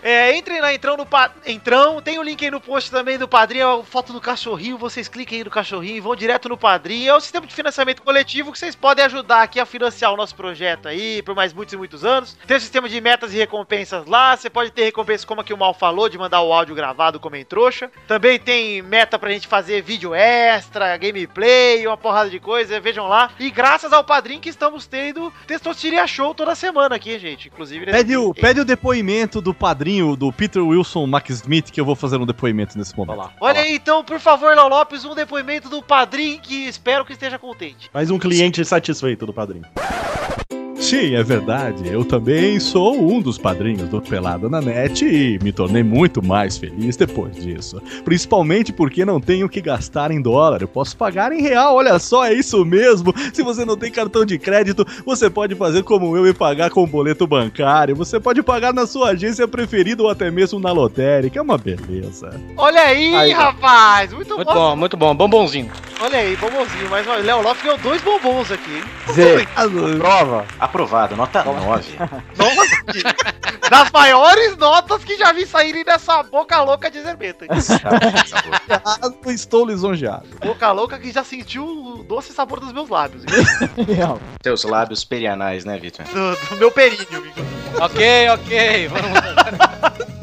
É, entrem lá, entrão no pa... entrão, tem o link aí no post também do padrinho, a foto do cachorrinho, vocês cliquem aí no cachorrinho e vão direto no padrinho. É o sistema de financiamento coletivo que vocês podem ajudar aqui a financiar o nosso projeto aí por mais muitos e muitos anos. Tem o sistema de metas e recompensas lá, você pode ter recompensas como a que o Mal falou, de mandar o áudio gravado como em trouxa. Também tem meta pra gente fazer vídeo extra, gameplay, uma porrada de coisa, vejam lá. E graças ao padrinho que estamos tendo Testosteria Show toda semana aqui, gente, inclusive. né? nesse- Pede o, pede o depoimento do padrinho do Peter Wilson Max Smith, que eu vou fazer um depoimento nesse momento. Olha aí, então, por favor, Léo Lopes, um depoimento do um padrinho que espero que esteja contente. Mais um cliente satisfeito do padrinho. Sim, é verdade. Eu também sou um dos padrinhos do Pelada na Net e me tornei muito mais feliz depois disso. Principalmente porque não tenho que gastar em dólar, eu posso pagar em real. Olha só, é isso mesmo. Se você não tem cartão de crédito, você pode fazer como eu e pagar com boleto bancário. Você pode pagar na sua agência preferida ou até mesmo na lotérica. É uma beleza. Olha aí, Aí, ó. rapaz! Muito, Muito bom, muito bom. Bombonzinho. Olha aí, bombonzinho. Mas olha, Léo Lopes ganhou dois bombons aqui. hein? Zé, prova. Aprovado, nota 9. Das maiores notas que já vi saírem dessa boca louca de Zerbeta. Não estou lisonjeado. boca louca que já sentiu o doce sabor dos meus lábios. Teus lábios perianais, né, Vitor? Do, do meu períneo. amigo. ok, ok. Vamos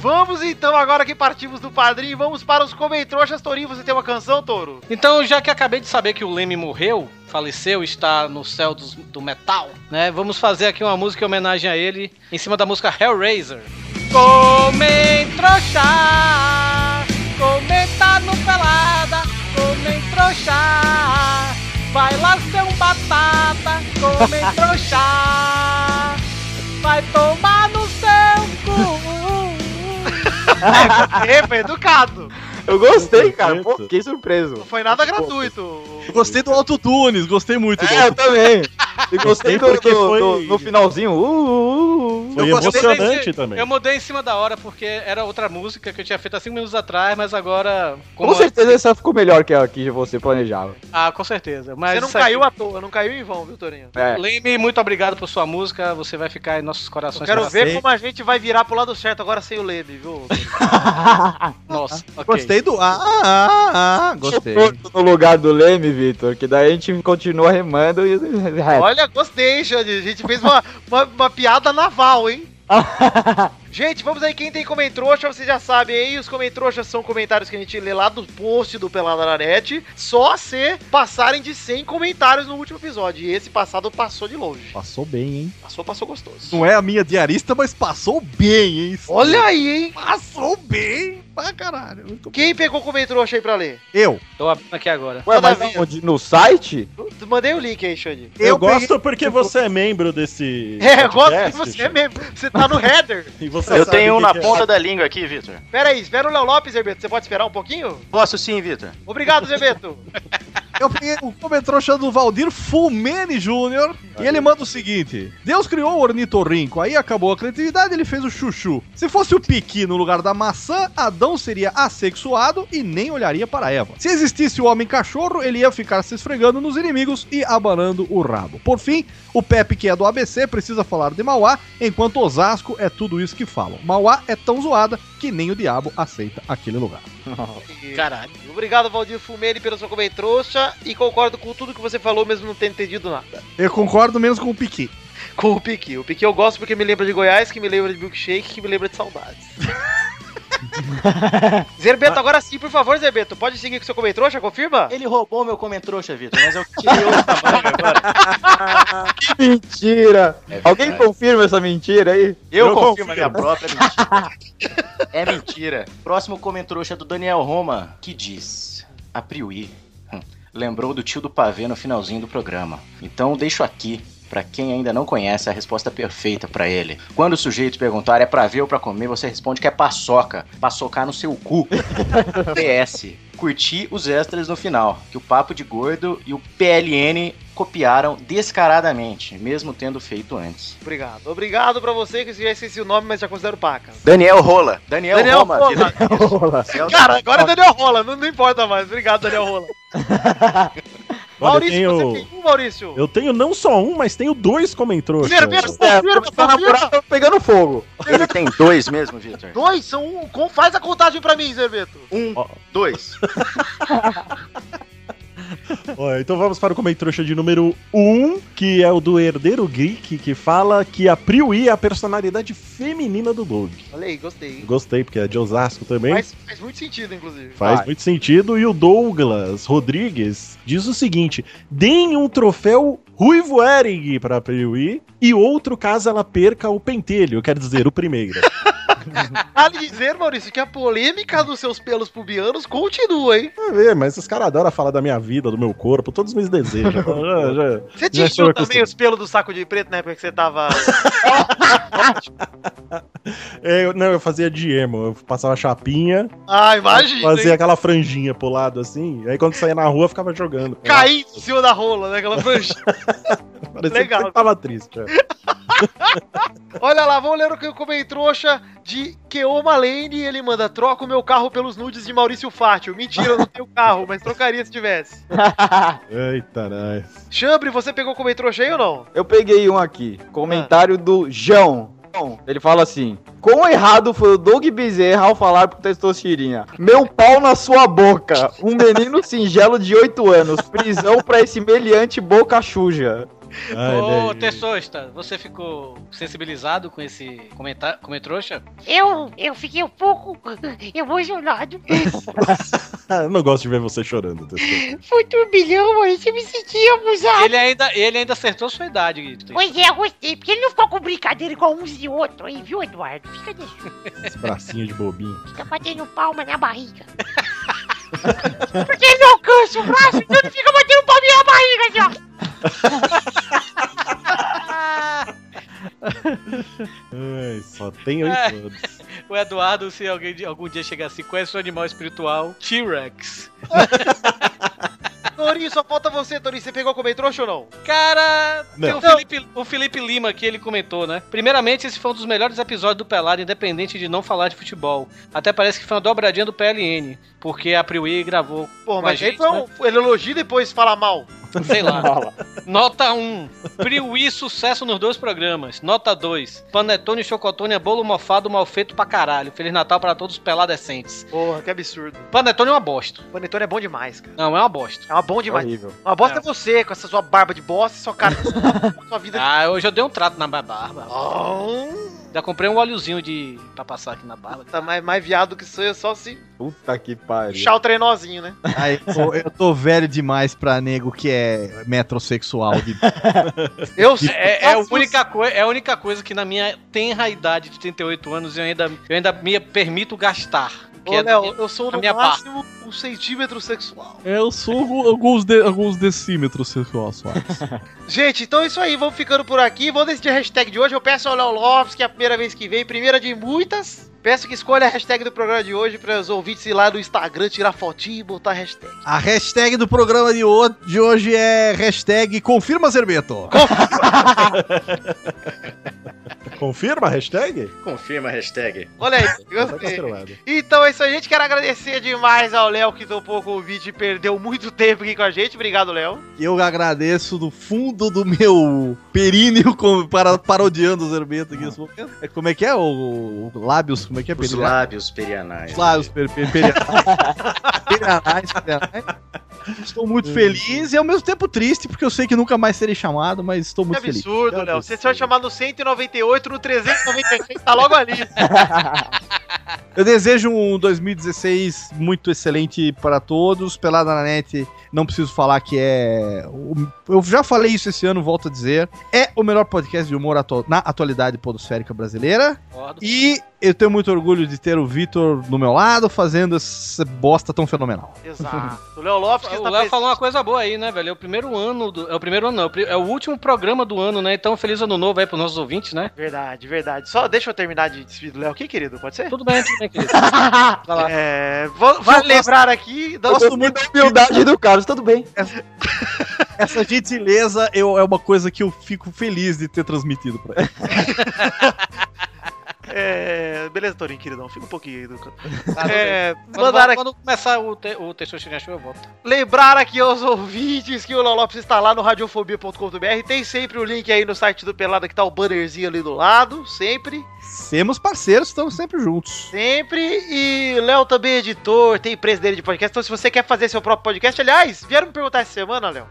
Vamos então, agora que partimos do padrinho, vamos para os comentroxas, Torinho. Você tem uma canção, Toro? Então, já que acabei de saber que o Leme morreu, faleceu, está no céu dos- do metal, né? Vamos fazer aqui uma música em homenagem a ele, em cima da música Hellraiser. Comem trouxa, comenta no pelada, comem trouxa, vai lá ser um batata, comem trouxa, vai tomar no seu cu. É, foi educado. Eu gostei, cara. Pô, fiquei surpreso. Não foi nada gratuito. Eu gostei do autotunes, gostei muito. É, eu também. E Gostei gostei do, porque do- foi- do- no finalzinho. Uh, uh, uh. Foi Eu gostei emocionante desse- também. Eu mudei em cima da hora porque era outra música que eu tinha feito há 5 minutos atrás, mas agora. Com certeza essa ficou melhor que a que você planejava. Ah, com certeza. Mas Você não isso aqui- caiu à toa, não caiu em vão, viu, Torinho? É. Leme, muito obrigado por sua música. Você vai ficar em nossos corações. Eu quero pra ver sempre. como a gente vai virar pro lado certo agora sem o Leme, viu? Nossa, ok. Tipo, Gostei do. Ah, ah, ah, gostei. Porto no lugar do Leme, Vitor, que daí a gente continua remando e. Olha, gostei, Xande. A gente fez uma, uma, uma piada naval, hein? gente, vamos aí. Quem tem comentrouxa, vocês já sabem aí. Os comentrouxas são comentários que a gente lê lá do post do Pelada na Net. Só se passarem de 100 comentários no último episódio. E esse passado passou de longe. Passou bem, hein? Passou, passou gostoso. Não é a minha diarista, mas passou bem, hein? Olha aí, hein? Passou bem pra caralho. Muito bom. Quem pegou comentrouxa aí pra ler? Eu. Tô abrindo aqui agora. Ué, Manda mas ver. onde? No site? Mandei o link aí, Xande. Eu, gosto porque você é membro desse. É, eu gosto de podcast, você Xande. mesmo. Você tá no header. E você Eu sabe tenho um que na que é- ponta da língua aqui, Vitor. Pera aí, espera o Léo Lopes, Herbeto. Você pode esperar um pouquinho? Posso sim, Vitor. Obrigado, Zebeto. Eu peguei o comentrouxa do Valdir Fulmene Júnior e ele manda o seguinte: Deus criou o ornitorrinco, aí acabou a criatividade, ele fez o chuchu. Se fosse o piqui no lugar da maçã, Adão seria assexuado e nem olharia para Eva. Se existisse o homem cachorro, ele ia ficar se esfregando nos inimigos e abanando o rabo. Por fim, o Pepe, que é do ABC, precisa falar de Mauá, enquanto Osasco é tudo isso que falam. Mauá é tão zoada que nem o diabo aceita aquele lugar. Caralho. Obrigado, Valdir Fumene, pelo seu comentário trouxa e concordo com tudo que você falou, mesmo não tendo entendido nada. Eu concordo menos com o piqui. Com o Piqui. O Piqui eu gosto porque me lembra de Goiás, que me lembra de milkshake, que me lembra de saudades. Zerbeto, agora sim, por favor, Zerbeto, pode seguir com seu comentário trouxa, confirma? Ele roubou meu comentrouxa, Vitor, mas eu tirei outro tamanho agora. Mentira! É Alguém verdade. confirma essa mentira aí? Eu, Eu confirmo confirmo. a minha própria mentira. é mentira. Próximo comentrouxa é do Daniel Roma, que diz: A Priui hum, lembrou do tio do pavê no finalzinho do programa. Então deixo aqui. Pra quem ainda não conhece, a resposta perfeita pra ele. Quando o sujeito perguntar é pra ver ou pra comer, você responde que é paçoca. Paçocar no seu cu. PS. Curti os extras no final, que o Papo de Gordo e o PLN copiaram descaradamente, mesmo tendo feito antes. Obrigado. Obrigado pra você que já esqueci o nome, mas já considero paca. Daniel Rola. Daniel, Daniel Roma. Rola. Vitor. Daniel- Cara, agora é Daniel Rola, não, não importa mais. Obrigado, Daniel Rola. Olha, Maurício, eu tenho- você tem um, Maurício? Eu tenho não só um, mas tenho dois comentrouxas. Zerbeto, É, confirma, começou a namorar, confirma. tá pegando fogo. Ele tem dois mesmo, Vitor? Dois, são um. com- Faz a contagem pra mim, Zerbeto. Um, dois. Ó, então vamos para o comentrouxa de número 1, que é o do herdeiro geek, que fala que a Priui é a personalidade feminina do Doug. Olha aí, gostei. Gostei, porque é de Osasco também. Faz, faz muito sentido, inclusive. Faz Vai. muito sentido. E o Douglas Rodrigues diz o seguinte: deem um troféu Ruivo Ering pra Piuí, e outro caso ela perca o pentelho, quer dizer, o primeiro. Vale dizer, Maurício, que a polêmica dos seus pelos pubianos continua, hein? Quer ver, É, mas esses caras adoram falar da minha vida, do meu corpo, todos meus desejos. Já- já- Você te já estou encheu também acostumado. os pelos do saco de preto na época que você tava. É, eu- não, eu fazia de emo, eu passava chapinha, Ah, imagina. fazia hein? aquela franjinha pro lado assim, aí quando saía na rua eu ficava jogando. Caindo em cima da rola, né? Aquela prancha. Parecia Legal. que eu tava triste. é. Olha lá, vamos ler o que o Comem Trouxa de Keoma Lane. Ele manda: troca o meu carro pelos nudes de Maurício Fátio. Mentira, eu não tenho carro, mas trocaria se tivesse. Eita, nós. Chambre, você pegou o Comem Trouxa aí ou não? Eu peguei um aqui. Comentário do João. João, Ele fala assim: Quão errado foi o Doug Bezerra ao falar pro Testosterinha? Meu pau na sua boca. Um menino singelo de 8 anos. Prisão pra esse meliante boca suja. Ô, Tessosta, você ficou sensibilizado com esse comentário, comentrouxa? Eu, eu fiquei um pouco emocionado. não gosto de ver você chorando. Tessu. Foi um turbilhão, Maurício, eu me senti abusado. Ele ainda, ele ainda acertou sua idade, Tessosta. Pois é, eu gostei, porque ele não ficou com brincadeira igual uns e outros aí, viu, Eduardo? Fica deixando. Esse bracinho de bobinho. Fica batendo palma na barriga. Porque ele não alcança o braço, então ele fica batendo palminha na barriga, assim, ó. Ai, só tem oito É. anos. O Eduardo, se alguém de- algum dia chegar assim, conhece o animal espiritual? T-Rex. Torinho, só falta você, Torinho. Você pegou o Comem Trouxa ou não? Cara, Não. tem o Felipe, o Felipe Lima aqui, ele comentou, né? Primeiramente, esse foi um dos melhores episódios do Pelado, independente de não falar de futebol. Até parece que foi uma dobradinha do PLN, porque a Priui gravou. Pô, com a mas gente, ele foi um. né? Ele elogia e depois fala mal. Sei lá. Nota 1. Priui, sucesso nos dois programas. Nota 2. Panetone, chocotone, é bolo mofado, mal feito pra caralho. Feliz Natal pra todos os peladescentes. Porra, que absurdo. Panetone é uma bosta. Panetone é bom demais, cara. Não, é uma bosta. É uma bom demais. Horrível. Uma bosta é. você, com essa sua barba de bosta e sua cara de sua vida. Ah, hoje eu dei um trato na minha barba. Oh. Já comprei um óleozinho de pra passar aqui na barba. Tá mais, mais viado que sou eu, só se Puta que pariu. puxar o trenozinho, né? Aí, pô, eu tô velho demais pra nego que é metrosexual. De... Eu de- É, é a única coi- é a única coisa que na minha tenra idade de 38 anos eu ainda, eu ainda me permito gastar. Ô, Que é- Léo, eu sou na no minha máximo um centímetro sexual. É, Eu sou algu- alguns, de- alguns decímetros sexuais. Gente, então é isso aí, vamos ficando por aqui. Vou decidir a hashtag de hoje. Eu peço ao Léo Lopes, que é a primeira vez que vem, primeira de muitas. Peço que escolha a hashtag do programa de hoje para os ouvintes ir lá no Instagram, tirar fotinho e botar a hashtag. A hashtag do programa de, ho- de hoje é hashtag confirma Zerbeto. Confirma a hashtag? Confirma a hashtag. Olha É, aí, Tá gostei. cancelado. Então é isso aí, gente. Quero agradecer demais ao Léo que topou o convite e perdeu muito tempo aqui com a gente. Obrigado, Léo. Eu agradeço do fundo do meu períneo com- para, parodiando o Zerbeto aqui nesse momento. É, Como é que é? O, o lábios, como é que é? Os Períneo? lábios perianais. Os lábios, per, per, per, perianais, perianais. Estou Uhum. muito feliz e ao mesmo tempo triste, porque eu sei que nunca mais serei chamado, mas estou Que muito feliz. absurdo, Léo. Você vai chamar no 198, no 396, tá logo ali. Eu desejo um 2016 muito excelente para todos. Pelada na net, não preciso falar que é. o- Eu já falei isso esse ano, volto a dizer. É o melhor podcast de humor atu- na atualidade podosférica brasileira. E eu tenho muito orgulho de ter o Vitor do meu lado fazendo essa bosta tão fenomenal. Exato. O Léo Lopes que O tá está Léo presente. falou uma coisa boa aí, né, velho? É o primeiro ano do. É o primeiro ano, não. é o pri- É o último programa do ano, né? Então, feliz ano novo aí pros nossos ouvintes, né? Verdade, verdade. Ah, Só deixa eu terminar de despedir do Léo aqui, querido. Pode ser? Tudo bem, tudo bem, querido. É, vou, vou lembrar aqui. da- Gosto muito da humildade do Carlos, tudo bem. Essa gentileza eu- é uma coisa que eu fico feliz de ter transmitido pra ele. É, beleza, Torinho, queridão. Fica um pouquinho aí do canto. Tá, tudo É, bem. Quando, mandaram aqui. quando começar o, te, o texto de Show, eu volto. Lembrar aqui aos ouvintes que o Léo Lopes está lá no radiofobia.com.br. Tem sempre o link aí no site do Pelada que tá o bannerzinho ali do lado. Sempre. Semos parceiros, estamos sempre juntos. Sempre. E Léo também é editor, tem empresa dele de podcast. Então, se você quer fazer seu próprio podcast, aliás, vieram me perguntar essa semana, Léo.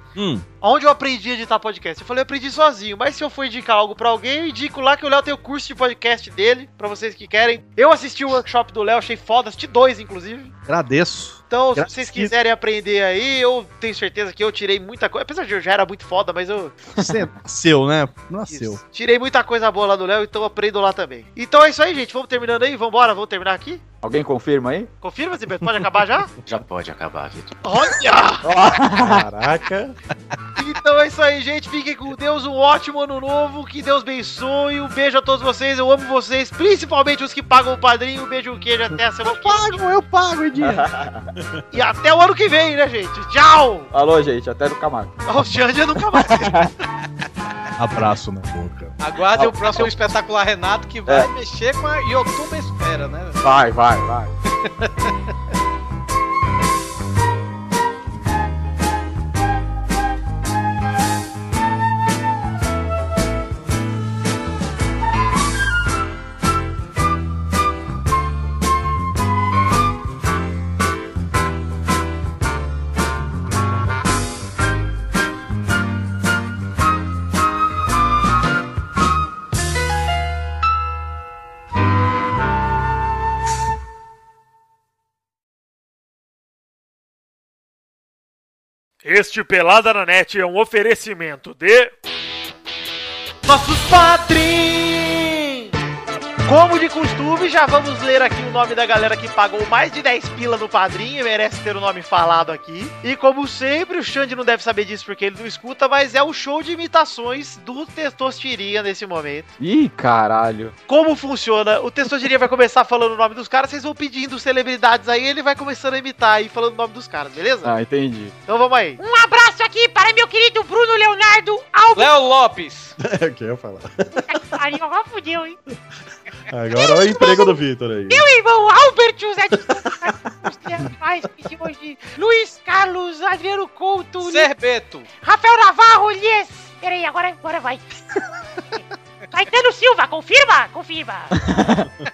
Onde eu aprendi a editar podcast? Eu falei, eu aprendi sozinho, mas se eu for indicar algo pra alguém, eu indico lá que o Léo tem o curso de podcast dele, pra vocês que querem. Eu assisti o workshop do Léo, achei foda, assisti dois, inclusive. Agradeço. Então, se vocês quiserem aprender aí, eu tenho certeza que eu tirei muita coisa. Apesar de eu já era muito foda, mas eu Você nasceu, né? Nasceu. tirei muita coisa boa lá do Léo, então aprendo lá também. Então é isso aí, gente. Vamos terminando aí? Vambora? Vamos terminar aqui? Alguém confirma aí? Confirma, Zibeto. Pode acabar já? Já pode acabar, Vitor. Olha! Caraca. então é isso aí, gente. Fiquem com Deus. Um ótimo ano novo. Que Deus abençoe. Um beijo a todos vocês. Eu amo vocês. Principalmente os que pagam o padrinho. Um beijo, um queijo. Até a semana que vem. Pago, eu pago, Edinho. E até o ano que vem, né, gente? Tchau! Alô, gente, até no Camargo. O Xande nunca mais. Abraço na boca. Aguardem o próximo espetacular Renato que vai mexer com a Yotuba Espera, né? velho? Vai, vai, vai. Este Pelada na Net é um oferecimento de. Nossos padrinhos! Como de costume, já vamos ler aqui o nome da galera que pagou mais de 10 pila no padrinho e merece ter o nome falado aqui. E como sempre, o Xande não deve saber disso porque ele não escuta, mas é o show de imitações do Testostirinha nesse momento. Ih, caralho. Como funciona? O Testostirinha vai começar falando o nome dos caras, vocês vão pedindo celebridades aí, ele vai começando a imitar aí falando o nome dos caras, beleza? Ah, entendi. Então vamos aí. Um abraço aqui para meu querido Bruno Leonardo Alves. Léo Lopes. É o que eu ia falar. Ai, agora fudeu, hein? Agora olha o emprego do Vitor aí. Meu irmão Albert José de Souza, mais que hoje. Luiz Carlos, Adriano Couto, Serbeto. Rafael Navarro, Lies. Peraí, agora, agora vai. Caetano Silva, confirma, confirma.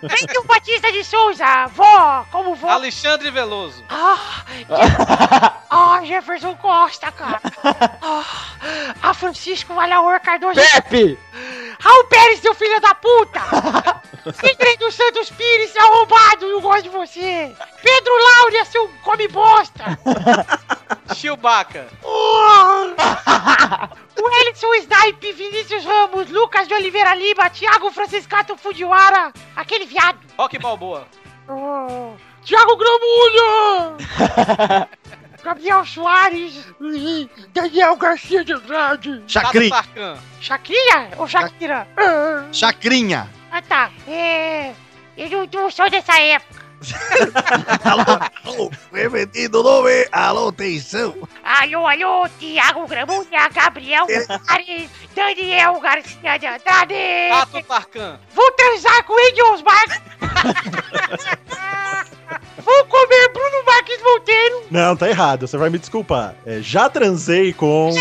Bento Batista de Souza, vó, como vó. Alexandre Veloso. Ah, ah, Jefferson Costa, cara. Ah, a Francisco Valaor Cardoso. Pepe! Raul Pérez, seu filho da puta! Sidney dos Santos Pires, seu arrombado, eu gosto de você! Pedro Laura, seu come bosta! Chewbacca. Wellington Snipe, Vinícius Ramos, Lucas de Oliveira Lima, Thiago Franciscato Fujiwara, aquele viado! Rock Balboa. Oh, Thiago Gramulho! Gabriel Soares, Daniel Garcia de Andrade, Chacri, Tato Tarkan. Shakira ou Shakira? Ah. chacrinha. Ah tá, é. Eu não- não sou dessa época. Alô, repetindo o nome. Alô, atenção. Alô, alô, Thiago Gramunha, Gabriel Soares, Daniel Garcia de Andrade. Tato Tarkan. Vou transar com Edson Osmar. Vou comer Bruno Marques Monteiro. Não, tá errado. Você vai me desculpar. É, já transei com.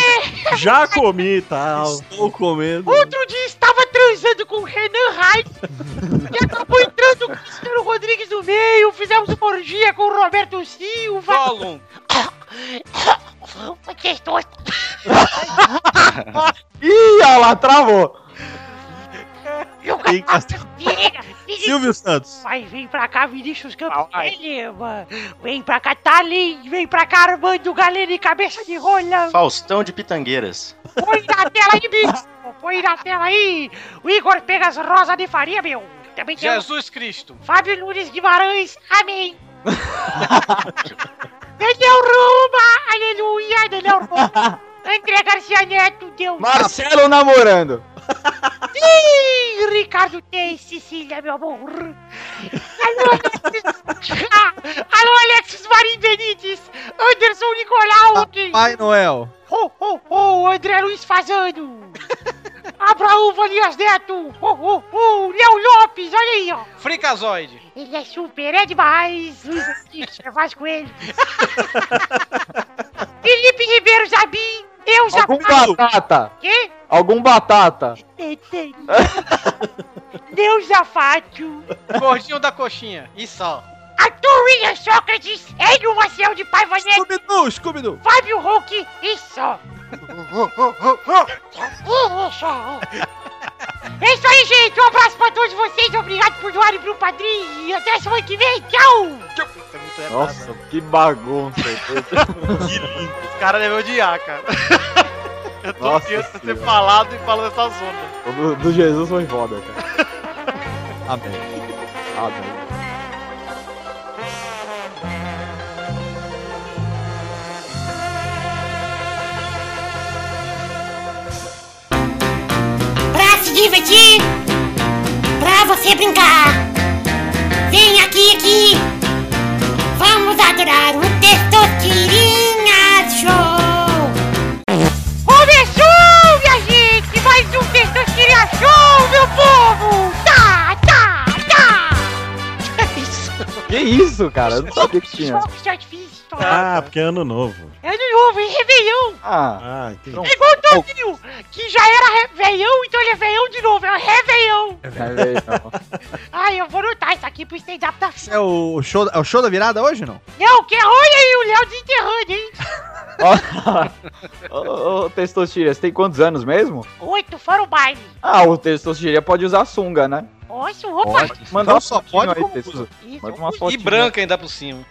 Já comi e tal. Estou comendo. Outro dia estava transando com o Renan Reis. E acabou entrando o Cristiano Rodrigues no meio. Fizemos uma orgia com o Roberto Silva. Gollum. Vocês dois. Ih, olha lá, travou. Lucas Sim, Castelo. Vieira, Silvio Santos. Vai, vem pra cá, Vinícius Campos Lima. Vem pra cá, Thalin. Vem pra cá, Armando Galera e Cabeça de Rola. Faustão de Pitangueiras. Põe na tela aí, bicho. Põe na tela aí. O Igor Pegas Rosa de Faria, meu. Também tem o Jesus Cristo. Fábio Nunes Guimarães. Amém. Daniel Roma. Aleluia, Daniel Roma. André Garcia Neto, Deus. Marcelo namorando. Sim, Ricardo tem Cecília, meu amor. Alô, Alexis. Alô, Alexis Marim Benítez. Anderson Nicolau. ok? Pai Noel. Ho, ho, ho, André Luiz Fazano. Abraão Valias Neto. Ho, ho, ho, Léo Lopes, olha aí, ó. Fricazoide. Ele é super, é demais. Luiz Henrique, faz com ele. Felipe Ribeiro Jabim. Eu já Algum batata. Quê? Algum batata. Deus Afato. Gordinho da coxinha. E sal. Arthur William Sócrates, Hélio Maciel de Paiva Neto, Scooby-Doo, Scooby-Doo. Fábio Hulk e só. É isso aí, gente. Um abraço pra todos vocês. Obrigado por doarem pro padrinho. E até semana que vem. Tchau. Isso é muito errado. Nossa, Que bagunça. que lindo. Os caras devem odiar, cara. é Eu tô Nossa aqui antes de ser Senhora. falado e falando essa zona. O do, do Jesus foi foda, cara. Amém. Amém. Pra se divertir, pra você brincar. Vem aqui, aqui. Vamos adorar o Testosterinha Show. Começou, minha gente! Mais um Testosterinha Show, meu povo! Tá, tá, tá! Que isso? Que isso, cara? Eu não sabia que tinha. Fogos de artifício. Ah, porque é ano novo. tá. É ano novo, é Réveillon! Ah, entendi. É igual o Toninho, que já era Réveillon, então ele é Réveillon de novo, é Réveillon! Ai, eu vou anotar isso aqui pro stand-up da Esse é o show, é o show da virada hoje ou não? Não, que olha aí o Léo desenterrando, hein? Ô, ô, ô, Testosteria, você tem quantos anos mesmo? Oito foram o baile. Ah, o Testosteria pode usar sunga, né? Nossa, opa! Mandar Então um só só pode pode como aí, usa. Testosteria. Isso, Manda uma E fotinha. branca ainda por cima.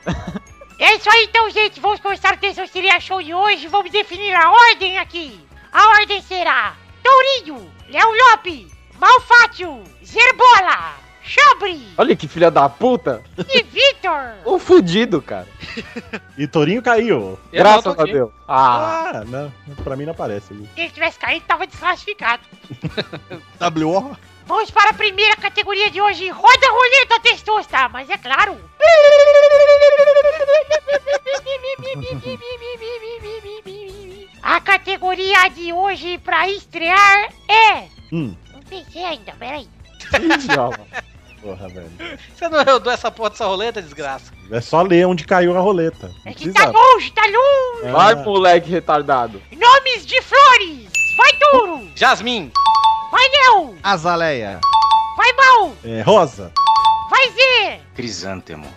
É isso aí então, gente. Vamos começar o Testosterinha Show de hoje. Vamos definir a ordem aqui. A ordem será Tourinho, Léo Lope, Malfátio, Zerbola, Chabre Olha que filha da puta. e Vitor. Um fudido, cara. E Torinho caiu. é Eu Graças não, tô a aqui. Deus. Ah, não, pra mim não aparece. Se ele tivesse caído, tava desclassificado. W.O. Vamos para a primeira categoria de hoje. Roda a roleta testosta, mas é claro. A categoria de hoje para estrear é. Hum. Não pensei ainda, peraí. Porra, velho. Você não rodou essa porra dessa roleta, desgraça? É só ler onde caiu a roleta. Ah. Não É que precisa- tá longe, tá É. longe. Vai, moleque retardado. Nomes de flores. Vai, Touro. Jasmin. Vai, Léo. Azaleia. Vai, Mal. É, Rosa. Vai, Zê. Crisântemo.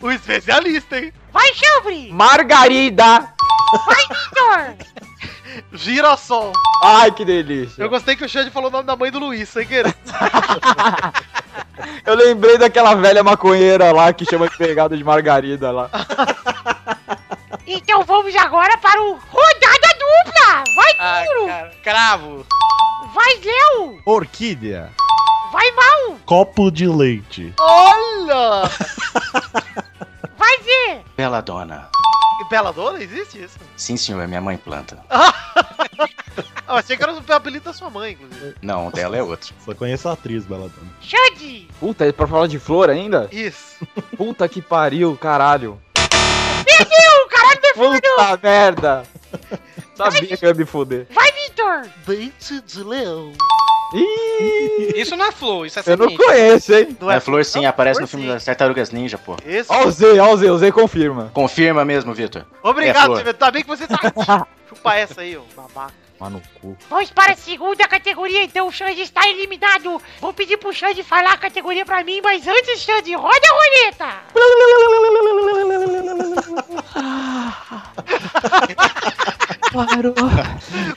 o especialista, hein? Vai, Chambre. Margarida! Vai, Vitor. Girassol. Ai, que delícia. Eu gostei que o Xande falou o nome da mãe do Luiz, sem querer. Eu lembrei daquela velha maconheira lá que chama de pegada de margarida lá. Então vamos agora para o Rodada Dupla! Vai, Turo! Ah, cravo! Vai, Léo! Orquídea. Vai, Mal! Copo de leite. Olha! Vai, Zê! Bela dona. E Beladona, existe isso? Sim, senhor, é minha mãe planta. Ah, achei que era o apelido da sua mãe, inclusive. Não, dela é outra. Só conheço a atriz, tá? Beladona. Xande! Puta, é pra falar de flor ainda? Isso. Puta que pariu, caralho. Perdeu! Caralho, defendeu! Puta merda. Sabia que eu ia me foder. Vai, Vitor! Dente de leão. Ih, Isso não é flow, isso é eu não semente. conheço, hein? é flor sim, aparece no filme das Tartarugas Ninja, pô. Esse... Ó o Z, ó o Z, o Z confirma. Confirma mesmo, Vitor. É Obrigado, flor. Silvio. Tá bem que você tá aqui. Chupa essa aí, ô babaca. Mano, cu. Vamos para a segunda categoria, então o Xande está eliminado! Vou pedir pro Xande falar a categoria pra mim, mas antes, Xande, roda a roleta! Parou.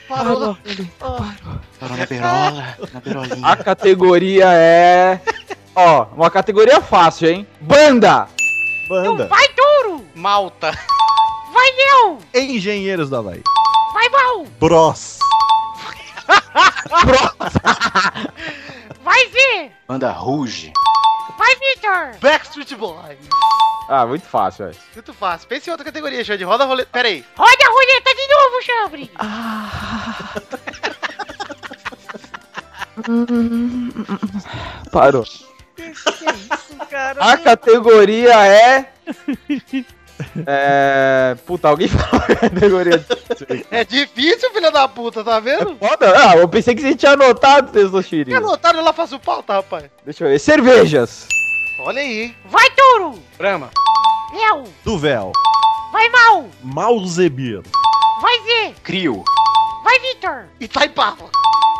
Parou. Parou Tá na berola, tá na berolinha. A categoria é. Ó, uma categoria fácil, hein? Banda! Banda. Vai, Touro! Malta. Vai, Léo! Engenheiros da Havaí. Vai, Mal! Bros. Vai, Zê! Banda Ruge. Vai, Vitor! Backstreet Boys. Ah, muito fácil, velho. Muito fácil. Pensa em outra categoria, Xande. Roda a roleta. Pera aí. Roda a roleta de novo, Chambre! Parou. Cara, A categoria é. É. Puta, alguém falou a categoria. É difícil, filha da puta, tá vendo? Foda? Ah, eu pensei que você tinha anotado, Testosteria. Que anotaram lá faz o pauta, rapaz. Deixa eu ver. Cervejas. Olha aí. Vai, Touro! Brahma. Léo! Duvel. Vai, Mal! Malzebir. Vai, Zê! Crio. Vai, Vitor! Itaipava.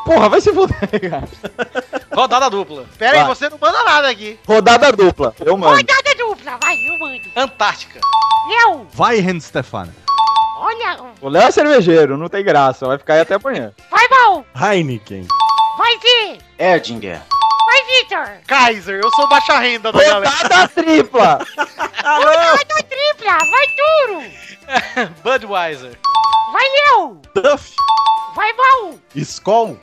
Porra, vai se fuder, cara. Rodada dupla. Pera aí, Vai. você não manda nada aqui. Rodada dupla. Eu mando. Rodada dupla, vai, eu mando. Antártica. Léo, Vai, Ren Stefano. olha, O Léo é cervejeiro, não tem graça. Vai ficar aí até amanhã. vai mal, Heineken. vai Zê, Erdinger. vai Vitor? Kaiser, eu sou baixa renda da galera. Rodada tripla! Vai tu tripla, vai duro. Budweiser. Vai eu, Duff, vai mal, Skoll,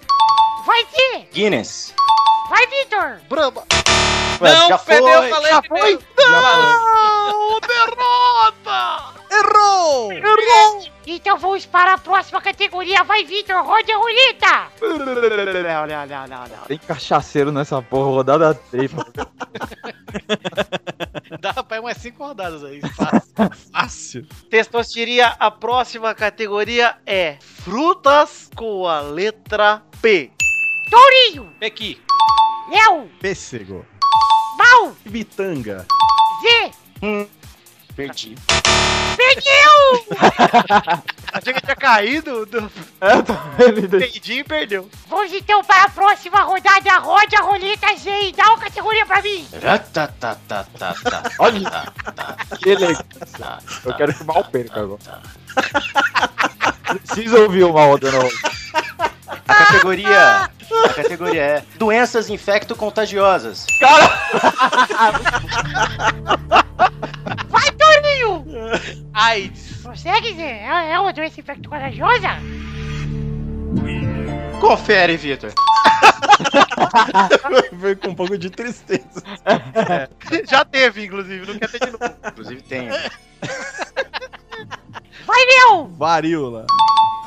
vai Zê, Guinness. vai Vitor. Brama. Ué, Não, já perdeu, foi. eu falei Já primeiro. foi? Não! Derrota! Errou! Então vamos para a próxima categoria, vai Vitor, roda a roleta. Olha, olha, olha, olha, olha. Tem cachaceiro nessa porra, rodada tripla. Dá pra ir umas 5 rodadas aí. Fácil. Testosteria, a próxima categoria é frutas com a letra P. Tourinho, Pequi. Léo, Pêssego, Mal, Bitanga. Zê, Perdi. perdeu. Achei que tinha caído do É, tá vendo? peidinho e perdeu. Vamos então para a próxima rodada, roda a roleta Zê e dá uma categoria pra mim. Ratatatatata. Olha. Tá, tá, Que elegância. tá, Eu tá, quero que o mal perca agora. tá. Precisa ouvir o mal rodando. A categoria. A categoria é doenças infecto-contagiosas. Vai, Tourinho. AIDS. Consegue, Zê? É é uma doença infecto-contagiosa? Confere, Vitor. Veio com um pouco de tristeza. É. Já teve, inclusive, não quer ter de novo. Inclusive tem. Vai, Léo, Varíola,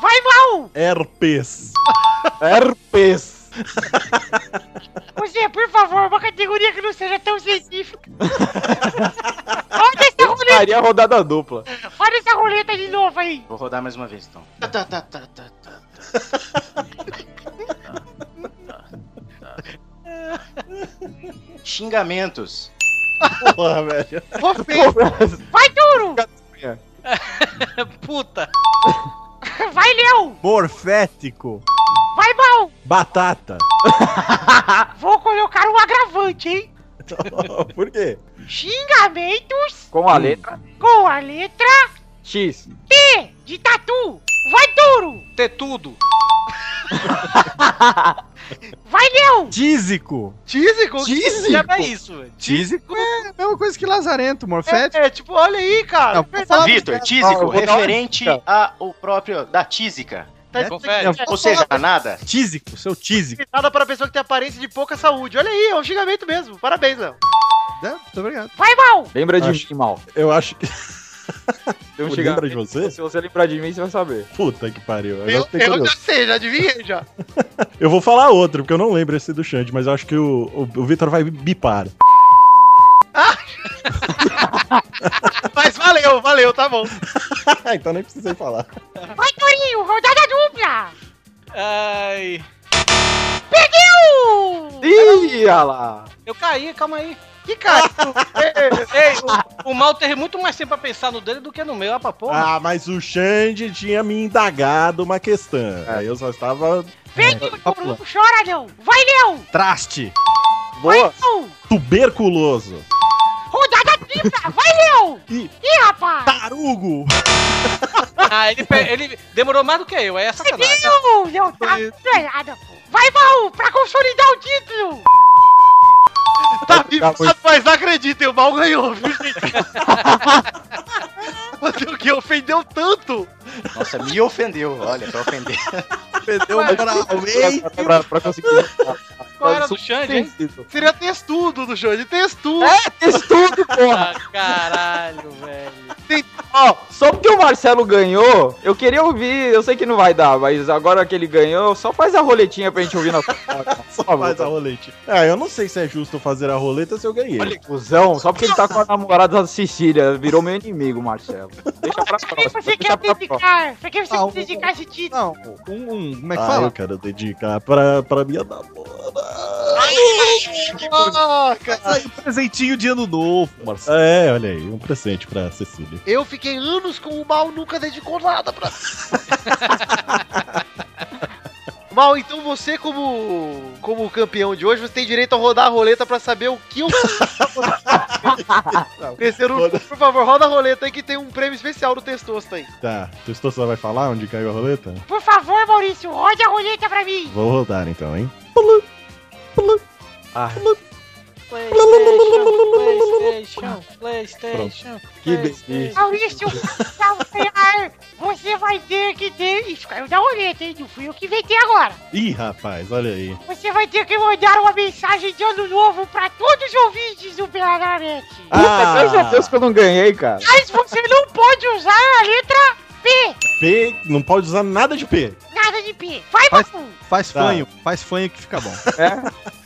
vai Mal. herpes. Herpes. Você, por favor, uma categoria que não seja tão científica. Olha essa roleta, Faria rodada dupla. olha essa roleta de novo aí. Vou rodar mais uma vez então. Tá, Xingamentos. Porra, velho. Vai, Duro. Puta. Vai, Léo. Morfético, Vai, Mal. batata. Vou colocar um agravante, hein? Por quê? Xingamentos Com a letra com a letra X. T de tatu. Vai, Duro. Ter tudo. Vai, Léo. Tísico. Tísico? Tísico? Já é isso, velho. Tísico é a mesma coisa que lazarento, morfético. É, é, tipo, olha aí, cara. Não, vou falar- Vitor, tísico, referente ao próprio da tísica. Tá né? explicando- Confere. é, Ou seja, nada. Tísico, seu tísico. nada pra pessoa que tem aparência de pouca saúde. Olha aí, é um xingamento mesmo. Parabéns, Léo. É, muito obrigado. Vai, Mal. Lembra de Acho- mim, mal. Eu acho que. Tem um Pô, xingamento. lembra de você? Se você lembrar de mim, você vai saber. Puta que pariu. Agora Eu, tem que- eu já sei, já adivinhei já. Eu vou falar outro, porque eu não lembro esse do Xande, mas eu acho que o, o, o Vitor vai bipar. Mas valeu, valeu, tá bom. então nem precisei falar. Vai, Tourinho. Rodada dupla. Ai. Perdeu. Ih, olha lá. Eu caí, calma aí. Que cara. Ei, o, o mal teve muito mais tempo pra pensar no dele do que no meu, ah, pra porra. Ah, mas o Xande tinha me indagado uma questão. Aí É, eu só estava. Perdeu. papo Não chora, não. Vai, Léo. Traste! Boa. Não. Tuberculoso! Rodada tripla. Vai, Léo. Ih. Ih, rapaz. Tarugo! Ah, ele, pe- ele demorou mais do que eu, aí é sacanagem. Não, não tá ganhada, pô. Vai, Baú, pra consolidar o título! Tá vivo, mas não acreditem, o mal ganhou, viu, gente? Mas o que ofendeu tanto? Nossa, me ofendeu. Olha, pra ofender. Perdeu um Pra, pra- pra conseguir. Qual era do Xande, hein? Seria textudo do show de textudo. É, Estudo, porra. Ah, caralho, velho. Ó, só porque o Marcelo ganhou, eu queria ouvir. Eu sei que não vai dar, mas agora que ele ganhou, só faz a roletinha pra gente ouvir na sua Só faz a roleta. Ah, eu não sei se é justo fazer a roleta se eu ganhei. Olha, cuzão, só porque ele tá com a namorada da Cecília, virou meu inimigo, Marcelo. Deixa pra Pra quem próxima, deixa você quer pra próxima. dedicar? Pra quem você Ah, o- quer dedicar esse título? Não, um, um- como é que ah, fala? eu quero dedicar pra, pra minha namorada. Ah, Um presentinho de ano novo, Marcelo. É, olha aí, um presente pra Cecília. Eu fiquei anos com o mal, nunca dedicou nada pra mim. Mal, então você, como, como campeão de hoje, você tem direito a rodar a roleta pra saber o que eu. Terceiro, Roda. por favor, roda a roleta aí que tem um prêmio especial do Testosta aí. Tá, Testou só vai falar onde caiu a roleta? Por favor, Maurício, rode a roleta pra mim! Vou rodar então, hein? Ai, PlayStation, PlayStation, PlayStation. que delícia. Maurício, Salvar, você vai ter que ter. Isso caiu da orelha, hein? Não fui eu que inventei agora. Ih, rapaz, olha aí. Você vai ter que mandar uma mensagem de ano novo pra todos os ouvintes do Belarnet. Ah, Puta, graças a Deus que eu não ganhei, cara. Mas você não pode usar a letra P. P, não pode usar nada de P. Nada de P. Vai, Faz- Babu. Faz Tá. fanho, faz fanho que fica bom.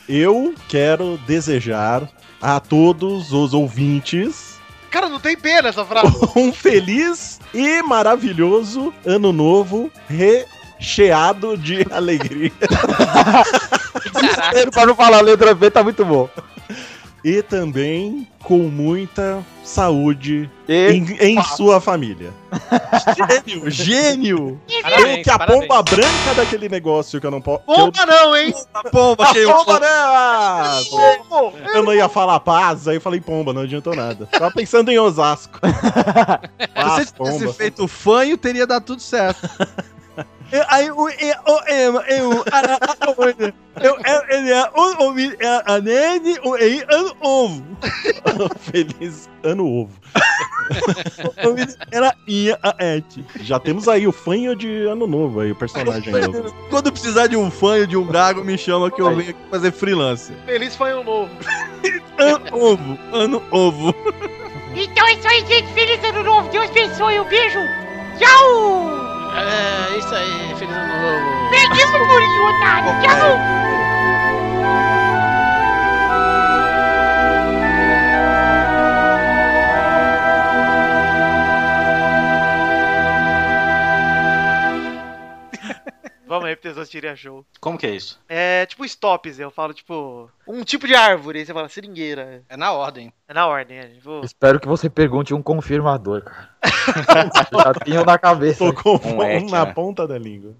Eu quero desejar a todos os ouvintes Cara, não tem P nessa frase. um feliz e maravilhoso ano novo recheado de alegria. Sério, pra não falar a letra B tá muito bom. e também com muita saúde E- em, em sua família. Gênio, gênio! Parabéns, eu que a parabéns. pomba branca daquele negócio que eu não posso. Pomba não, hein? Pomba, pomba, que eu... um Pomba Ah, Pô, Eu não ia falar paz, aí eu falei pomba, não adiantou nada. Tava pensando em Osasco. Se Paz, você tivesse pomba. feito fanho, teria dado tudo certo. Eu, aí, o- e- o- em- eu, ara- a- o- eu, eu, ele é o- o- mi- é a nene, o- e- ano ovo. Feliz ano ovo. O- o mi- Era Ia a Et. Já temos aí o fanho de ano novo aí, o personagem novo. Quando precisar de um fanho, de um gago, me chama que eu venho aqui fazer freelance. Feliz foi um novo. Ano ovo, ano ovo. Então é isso aí, gente. Feliz ano novo. Deus abençoe. Um beijo. Tchau. É, isso aí, feliz ano novo. Vem aqui pro Murinho, otário. Tchau. Vamos aí, pessoas tiria show. Como que é isso? É tipo stops, eu falo tipo. Um tipo de árvore, aí você fala seringueira. É na ordem. É na ordem, é. Tipo, Espero que você pergunte um confirmador, cara. Eu Já tenho na cabeça. Tô com Um um et, na né? ponta da língua.